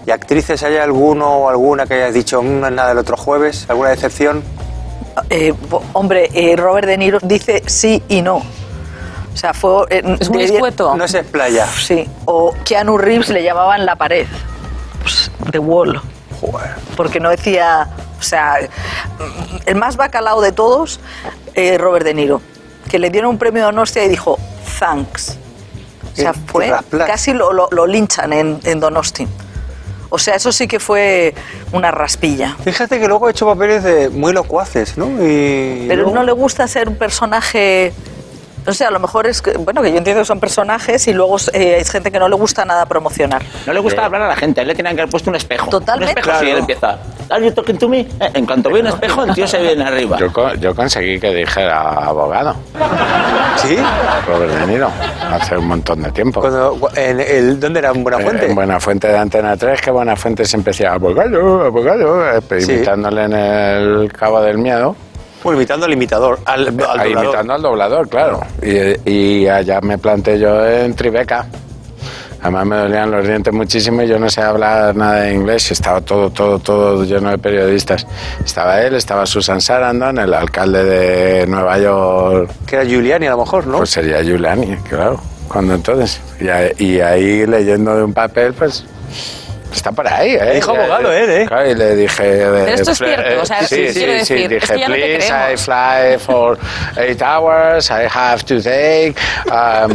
Speaker 1: y actrices, ¿hay alguno o alguna que hayas dicho "Mm, no es nada del otro jueves? ¿Alguna decepción?
Speaker 4: Eh, bo- hombre, eh, Robert De Niro dice sí y no. O sea, fue... eh,
Speaker 6: Es muy
Speaker 4: de-
Speaker 6: escueto.
Speaker 1: No se playa.
Speaker 4: Sí, o Keanu Reeves le llamaban la pared, Pues, The Wall, porque no decía, o sea, el más bacalao de todos, eh, Robert De Niro, que le dieron un premio de Donostia y dijo, thanks. O sea,
Speaker 1: Qué
Speaker 4: fue,
Speaker 1: rasplas.
Speaker 4: casi lo, lo- lo linchan en, en Donosti. O sea, eso sí que fue una raspilla.
Speaker 1: Fíjate que luego ha hecho papeles de muy locuaces, ¿no? Y
Speaker 4: Pero
Speaker 1: luego-
Speaker 4: no le gusta ser un personaje. O sea, a lo mejor es. que- Bueno, que yo entiendo que son personajes y luego eh, hay gente que no le gusta nada promocionar.
Speaker 3: No le gusta hablar a la gente, a él le tenían que haber puesto un espejo.
Speaker 4: Totalmente.
Speaker 3: Un espejo, sí, él empieza. "Are you talking to me?" Eh, En cuanto ve un espejo, el tío se viene arriba.
Speaker 2: Yo, co- yo conseguí que dijera abogado,
Speaker 1: ¿Sí?
Speaker 2: Robert De Niro, hace un montón de tiempo. Eh,
Speaker 1: Cuando, cu- en el, ¿Dónde era? ¿En Buenafuente?
Speaker 2: En Buenafuente de Antena 3, que Buenafuente siempre decía abogado, abogado, eh,
Speaker 1: Sí.
Speaker 2: imitándole en el Cabo del Miedo.
Speaker 1: Bueno, imitando al imitador, al, al
Speaker 2: Ah,
Speaker 1: doblador.
Speaker 2: imitando al doblador, claro. Y, y allá me planté yo en Tribeca. Además me dolían los dientes muchísimo y yo no sé hablar nada de inglés. y Estaba todo, todo, todo lleno de periodistas. Estaba él, estaba Susan Sarandon, el alcalde de Nueva York,
Speaker 1: Que era Giuliani a lo mejor, ¿no?
Speaker 2: pues sería Giuliani, claro. Cuando entonces. Y, a- y ahí leyendo de un papel, pues Está por ahí, ¿eh?
Speaker 1: Dijo abogado él, ¿eh?
Speaker 2: Claro, y le dije... Pero
Speaker 6: esto es cierto, o sea,
Speaker 2: sí,
Speaker 6: quiero
Speaker 2: sí, sí,
Speaker 6: decir,
Speaker 2: dije,
Speaker 6: es que ya no te
Speaker 2: please, I
Speaker 6: creemos".
Speaker 2: fly for eight hours, I have to take uh, my...
Speaker 4: O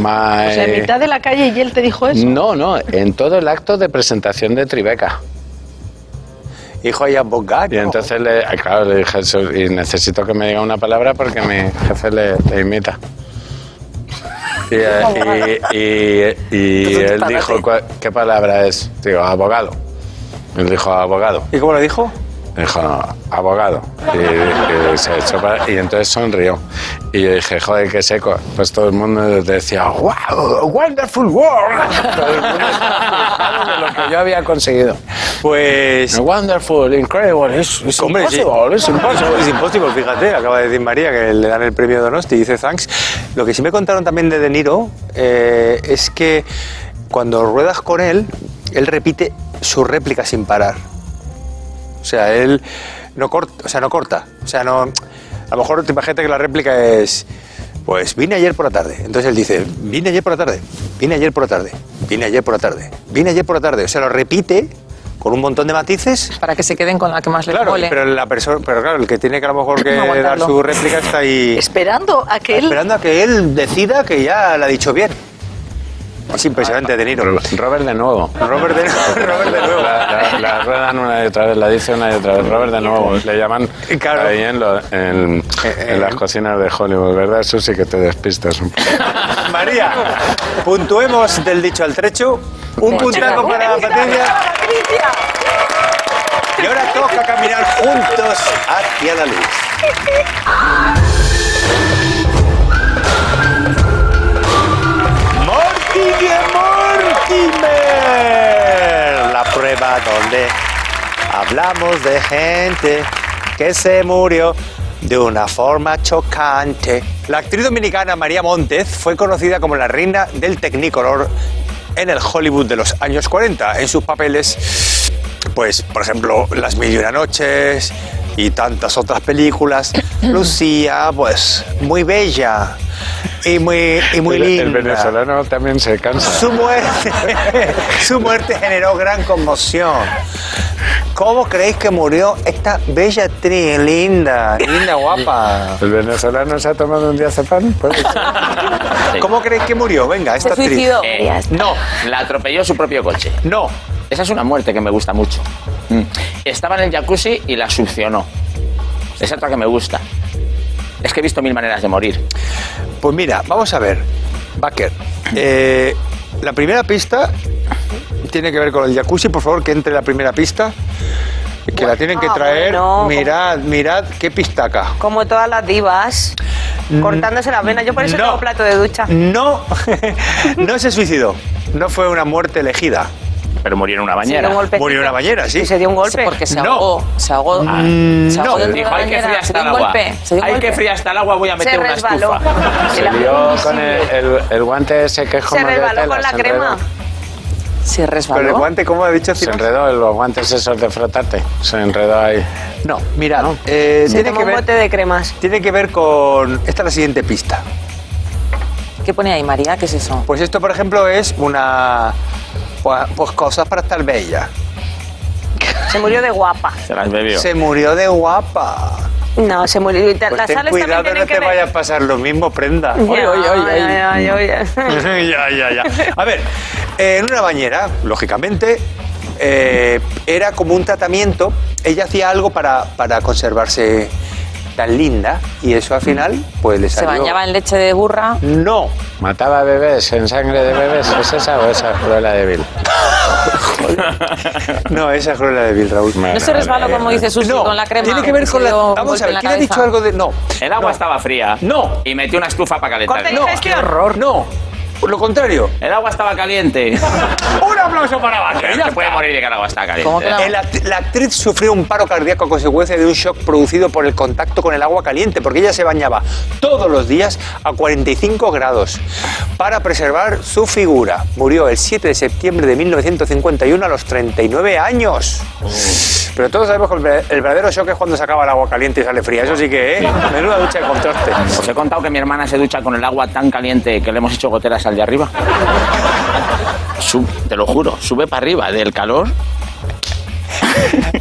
Speaker 4: sea, en mitad de la calle y él te dijo eso.
Speaker 2: No, no, en todo el acto de presentación de Tribeca.
Speaker 1: Hijo hay abogado.
Speaker 2: Y entonces, le, ah, claro, le dije, "Eso- y necesito que me diga una palabra porque mi jefe le, le imita. Y, eh, y- y- y
Speaker 4: Esto
Speaker 2: él
Speaker 4: es un
Speaker 2: dijo,
Speaker 4: disparate.
Speaker 2: "¿Cuál- ¿qué palabra es? Digo, abogado. Él dijo, abogado.
Speaker 1: ¿Y cómo lo dijo?
Speaker 2: Dijo, "No, abogado. Y, y se echó para- y entonces sonrió. Y yo dije, joder, qué seco. Pues todo el mundo decía, wow, wonderful world. Todo el mundo estaba de lo que yo había conseguido.
Speaker 1: Pues.
Speaker 2: Wonderful, incredible, es es
Speaker 1: Hombre, sí.
Speaker 2: impossible, es impossible.
Speaker 1: Es imposible, fíjate, acaba de decir María que le dan el premio Donosti y dice thanks. Lo que sí me contaron también de De Niro eh, es que cuando ruedas con él, él repite su réplica sin parar. O sea, él no corta, o sea, no corta. O sea, no. A lo mejor te imagínate que la réplica es. Pues vine ayer por la tarde. Entonces él dice, vine ayer por la tarde, vine ayer por la tarde, vine ayer por la tarde, vine ayer por la tarde. O sea, lo repite con un montón de matices
Speaker 5: Para que se queden con la que más les
Speaker 1: Claro,
Speaker 5: mole.
Speaker 1: pero la persona, pero claro, el que tiene que a lo mejor que dar
Speaker 5: Aguantarlo.
Speaker 1: su réplica está ahí
Speaker 4: Esperando a que él
Speaker 1: Ah, esperando a que él decida que ya la ha dicho bien. Es impresionante, De Niro. Robert
Speaker 2: Robert de nuevo.
Speaker 1: de, Robert de nuevo.
Speaker 2: La, la- la ruedan una y otra vez, la dice una y otra vez. Robert de nuevo, le llaman
Speaker 1: Claro.
Speaker 2: ahí en, lo- en- en las cocinas de Hollywood, ¿verdad? Eso sí que te despistas un poco.
Speaker 1: María, puntuemos del dicho al trecho. Un puntazo para Patricia. Y ahora toca caminar juntos hacia la luz. Mortimer, Mortimer. La prueba donde hablamos de gente que se murió de una forma chocante. La actriz dominicana María Montez fue conocida como la reina del Technicolor en el Hollywood de los años 40, en sus papeles, pues, por ejemplo, Las Mil y Una Noches y tantas otras películas. Lucía, pues, muy bella y muy, y muy
Speaker 2: el, el
Speaker 1: linda.
Speaker 2: venezolano también se cansa.
Speaker 1: Su muerte, su muerte generó gran conmoción. ¿Cómo creéis que murió esta bella actriz, linda, linda, guapa?
Speaker 2: ¿El venezolano se ha tomado un diazepam? Puede ser.
Speaker 3: Sí.
Speaker 1: ¿Cómo creéis que murió? Venga, esta
Speaker 6: Se
Speaker 1: actriz.
Speaker 6: suicidó.
Speaker 3: Eh, no, la atropelló su propio coche.
Speaker 1: No,
Speaker 3: Esa es una muerte que me gusta mucho. Mm. Estaba en el jacuzzi y la succionó. Es otra que me gusta. Es que he visto mil maneras de morir.
Speaker 1: pues mira, vamos a ver, Baker. eh, la primera pista tiene que ver con el jacuzzi, por favor, que entre la primera pista. Que la tienen que
Speaker 7: Ah,
Speaker 1: traer.
Speaker 7: bueno.
Speaker 1: Mirad, mirad qué pistaca.
Speaker 7: Como todas las divas, cortándose las venas. Yo por eso
Speaker 1: Mm. no.
Speaker 7: tengo plato de ducha.
Speaker 1: No, no se suicidó. No fue una muerte elegida.
Speaker 3: Pero murió en una
Speaker 7: Se dio
Speaker 3: bañera.
Speaker 7: un golpecito.
Speaker 1: Murió en una bañera, sí.
Speaker 7: Y se dio un golpe.
Speaker 5: Porque se
Speaker 1: No.
Speaker 5: ahogó. Se ahogó.
Speaker 1: Ah,
Speaker 2: Mm,
Speaker 5: se
Speaker 1: no.
Speaker 5: ahogó dentro de
Speaker 3: Dijo,
Speaker 5: la
Speaker 3: hay que
Speaker 5: bañera,
Speaker 3: fría
Speaker 5: se
Speaker 3: hasta
Speaker 5: dio
Speaker 3: el
Speaker 5: un
Speaker 3: agua.
Speaker 5: golpe. Se dio un
Speaker 3: Hay
Speaker 5: golpe.
Speaker 3: que fría hasta el agua, voy a meter
Speaker 7: Se
Speaker 3: una
Speaker 7: resbaló.
Speaker 3: estufa.
Speaker 2: Se lió con el, el- el guante ese que es como
Speaker 7: Se
Speaker 2: de
Speaker 7: resbaló
Speaker 2: tela,
Speaker 7: con la
Speaker 2: se enredó.
Speaker 7: crema. pues.
Speaker 5: Se
Speaker 1: Pero el
Speaker 5: resbaló.
Speaker 1: guante, ¿cómo ha dicho?
Speaker 2: Se
Speaker 1: Ciro?
Speaker 2: enredó en los guantes esos de frotarte. Se enredó ahí.
Speaker 1: No, mira, eh,
Speaker 7: Se
Speaker 1: tiene,
Speaker 7: tomó
Speaker 1: que
Speaker 7: un
Speaker 1: ver,
Speaker 7: bote de cremas.
Speaker 1: tiene que ver con... Esta es la siguiente pista.
Speaker 5: ¿Qué pone ahí, María? ¿Qué es eso?
Speaker 1: Pues esto, por ejemplo, es una... Pues, pues cosas para estar bella.
Speaker 7: Se murió de guapa.
Speaker 1: Pues
Speaker 3: Se las bebió.
Speaker 1: Se murió de guapa.
Speaker 7: No, se murió. y te-
Speaker 1: Pues
Speaker 7: las
Speaker 1: ten
Speaker 7: sales
Speaker 1: cuidado
Speaker 7: también
Speaker 1: que no
Speaker 7: tienen
Speaker 1: te
Speaker 7: ver-
Speaker 1: vaya a pasar lo mismo, prenda.
Speaker 7: Ya,
Speaker 1: Oye, oye, oye, oye.
Speaker 7: ya, ya, ya.
Speaker 1: ya, ya, ya. A ver, eh, en una bañera, lógicamente, eh, era como un tratamiento. Ella hacía algo para, para conservarse tan linda y eso al final, pues le
Speaker 5: Se
Speaker 1: salió...
Speaker 5: bañaba en leche de burra.
Speaker 1: No,
Speaker 2: Mataba bebés en sangre de bebés. ¿Es esa o esa cruela débil?
Speaker 1: no, esa es la de Bill Raúl.
Speaker 5: No se resbaló, como dice Susi,
Speaker 1: No,
Speaker 5: con la crema.
Speaker 1: Tiene que ver
Speaker 5: Se
Speaker 1: con la.
Speaker 5: dio un
Speaker 1: Vamos
Speaker 5: golpe
Speaker 1: a
Speaker 5: en
Speaker 1: ver,
Speaker 5: la
Speaker 1: ¿quién ha dicho
Speaker 5: cabeza.
Speaker 1: algo de.? No.
Speaker 3: El agua estaba fría.
Speaker 1: No.
Speaker 3: Y metió una estufa para
Speaker 7: Corta
Speaker 3: calentar.
Speaker 7: y
Speaker 1: No.
Speaker 7: dices, ¡Qué horror!
Speaker 1: No. Lo contrario.
Speaker 3: El agua estaba caliente.
Speaker 1: Un aplauso para Baker.
Speaker 3: Pero
Speaker 1: Ya
Speaker 3: no se puede
Speaker 1: está.
Speaker 3: morir de que el agua está caliente.
Speaker 5: ¿Cómo que no?
Speaker 1: El act- Eh, la actriz sufrió un paro cardíaco a consecuencia de un shock producido por el contacto con el agua caliente, porque ella se bañaba todos los días a 45 grados para preservar su figura. Murió el 7 de septiembre de 1951 a los 39 años. Pero todos sabemos que el ver- el verdadero shock es cuando se acaba el agua caliente y sale fría. Eso sí que, ¿eh? Menuda ducha de contraste.
Speaker 3: Os he contado que mi hermana se ducha con el agua tan caliente que le hemos hecho goteras al de arriba. Sub- te lo juro, sube para arriba del calor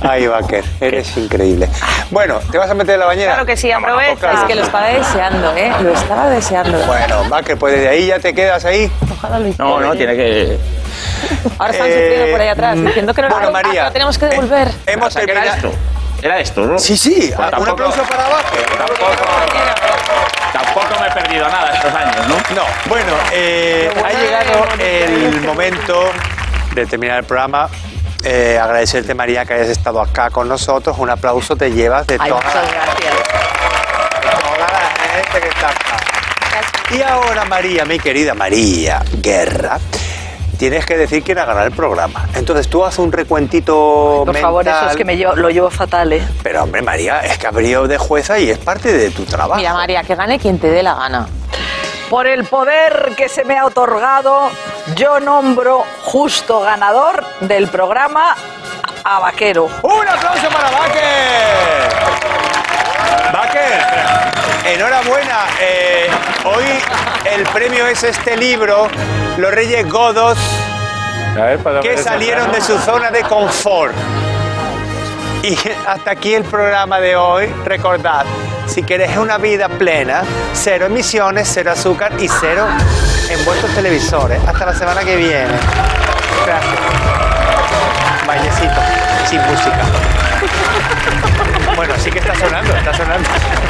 Speaker 1: Ay, Baker, eres increíble. Bueno, ¿te vas a meter en la bañera?
Speaker 7: Claro que sí,
Speaker 1: Vámonos,
Speaker 7: aprovecha.
Speaker 1: claro.
Speaker 6: Es que lo estaba deseando, ¿eh? Lo estaba deseando.
Speaker 1: Bueno, Baker, pues desde ahí ya te quedas ahí.
Speaker 3: No, no, tiene que.
Speaker 6: Ahora están
Speaker 1: Eh,
Speaker 6: sufriendo por ahí atrás, diciendo que no
Speaker 1: Bueno,
Speaker 6: lo ah,
Speaker 1: María.
Speaker 6: que lo tenemos que
Speaker 1: eh,
Speaker 6: devolver.
Speaker 3: O
Speaker 1: hemos
Speaker 3: sea, que era
Speaker 1: terminado.
Speaker 3: esto. Era esto, ¿no?
Speaker 1: Sí, sí,
Speaker 3: Pues
Speaker 1: un
Speaker 3: tampoco- eh,
Speaker 1: aplauso para Baker.
Speaker 3: Tampoco, tampoco me he perdido nada estos años, ¿no?
Speaker 1: No, bueno, eh, ha llegado el momento de terminar el programa. Eh, agradecerte, María, que hayas estado acá con nosotros. Un aplauso te llevas de
Speaker 4: Ay,
Speaker 1: toda, la-
Speaker 4: muchas gracias.
Speaker 1: de toda la gente que está acá. Y ahora, María, mi querida María Guerra, tienes que decir quién ha ganado el programa. Entonces tú haz un recuentito
Speaker 4: Por favor, eso es que me llevo- lo llevo fatal, ¿eh?
Speaker 1: Pero, hombre, María, es que ha venido de jueza y es parte de tu trabajo.
Speaker 6: Mira, María, que gane quien te dé la gana.
Speaker 4: Por el poder que se me ha otorgado, yo nombro justo ganador del programa a Vaquero.
Speaker 1: ¡Un aplauso para Baker! Baker, enhorabuena. Eh, hoy el premio es este libro, Los Reyes Godos
Speaker 2: A ver, podemos
Speaker 1: que salieron de su zona de confort. Y hasta aquí el programa de hoy. Recordad, si queréis una vida plena, cero emisiones, cero azúcar y cero en vuestros televisores. Hasta la semana que viene. Gracias. Vallecito, sin música. Bueno, sí que está sonando, está sonando.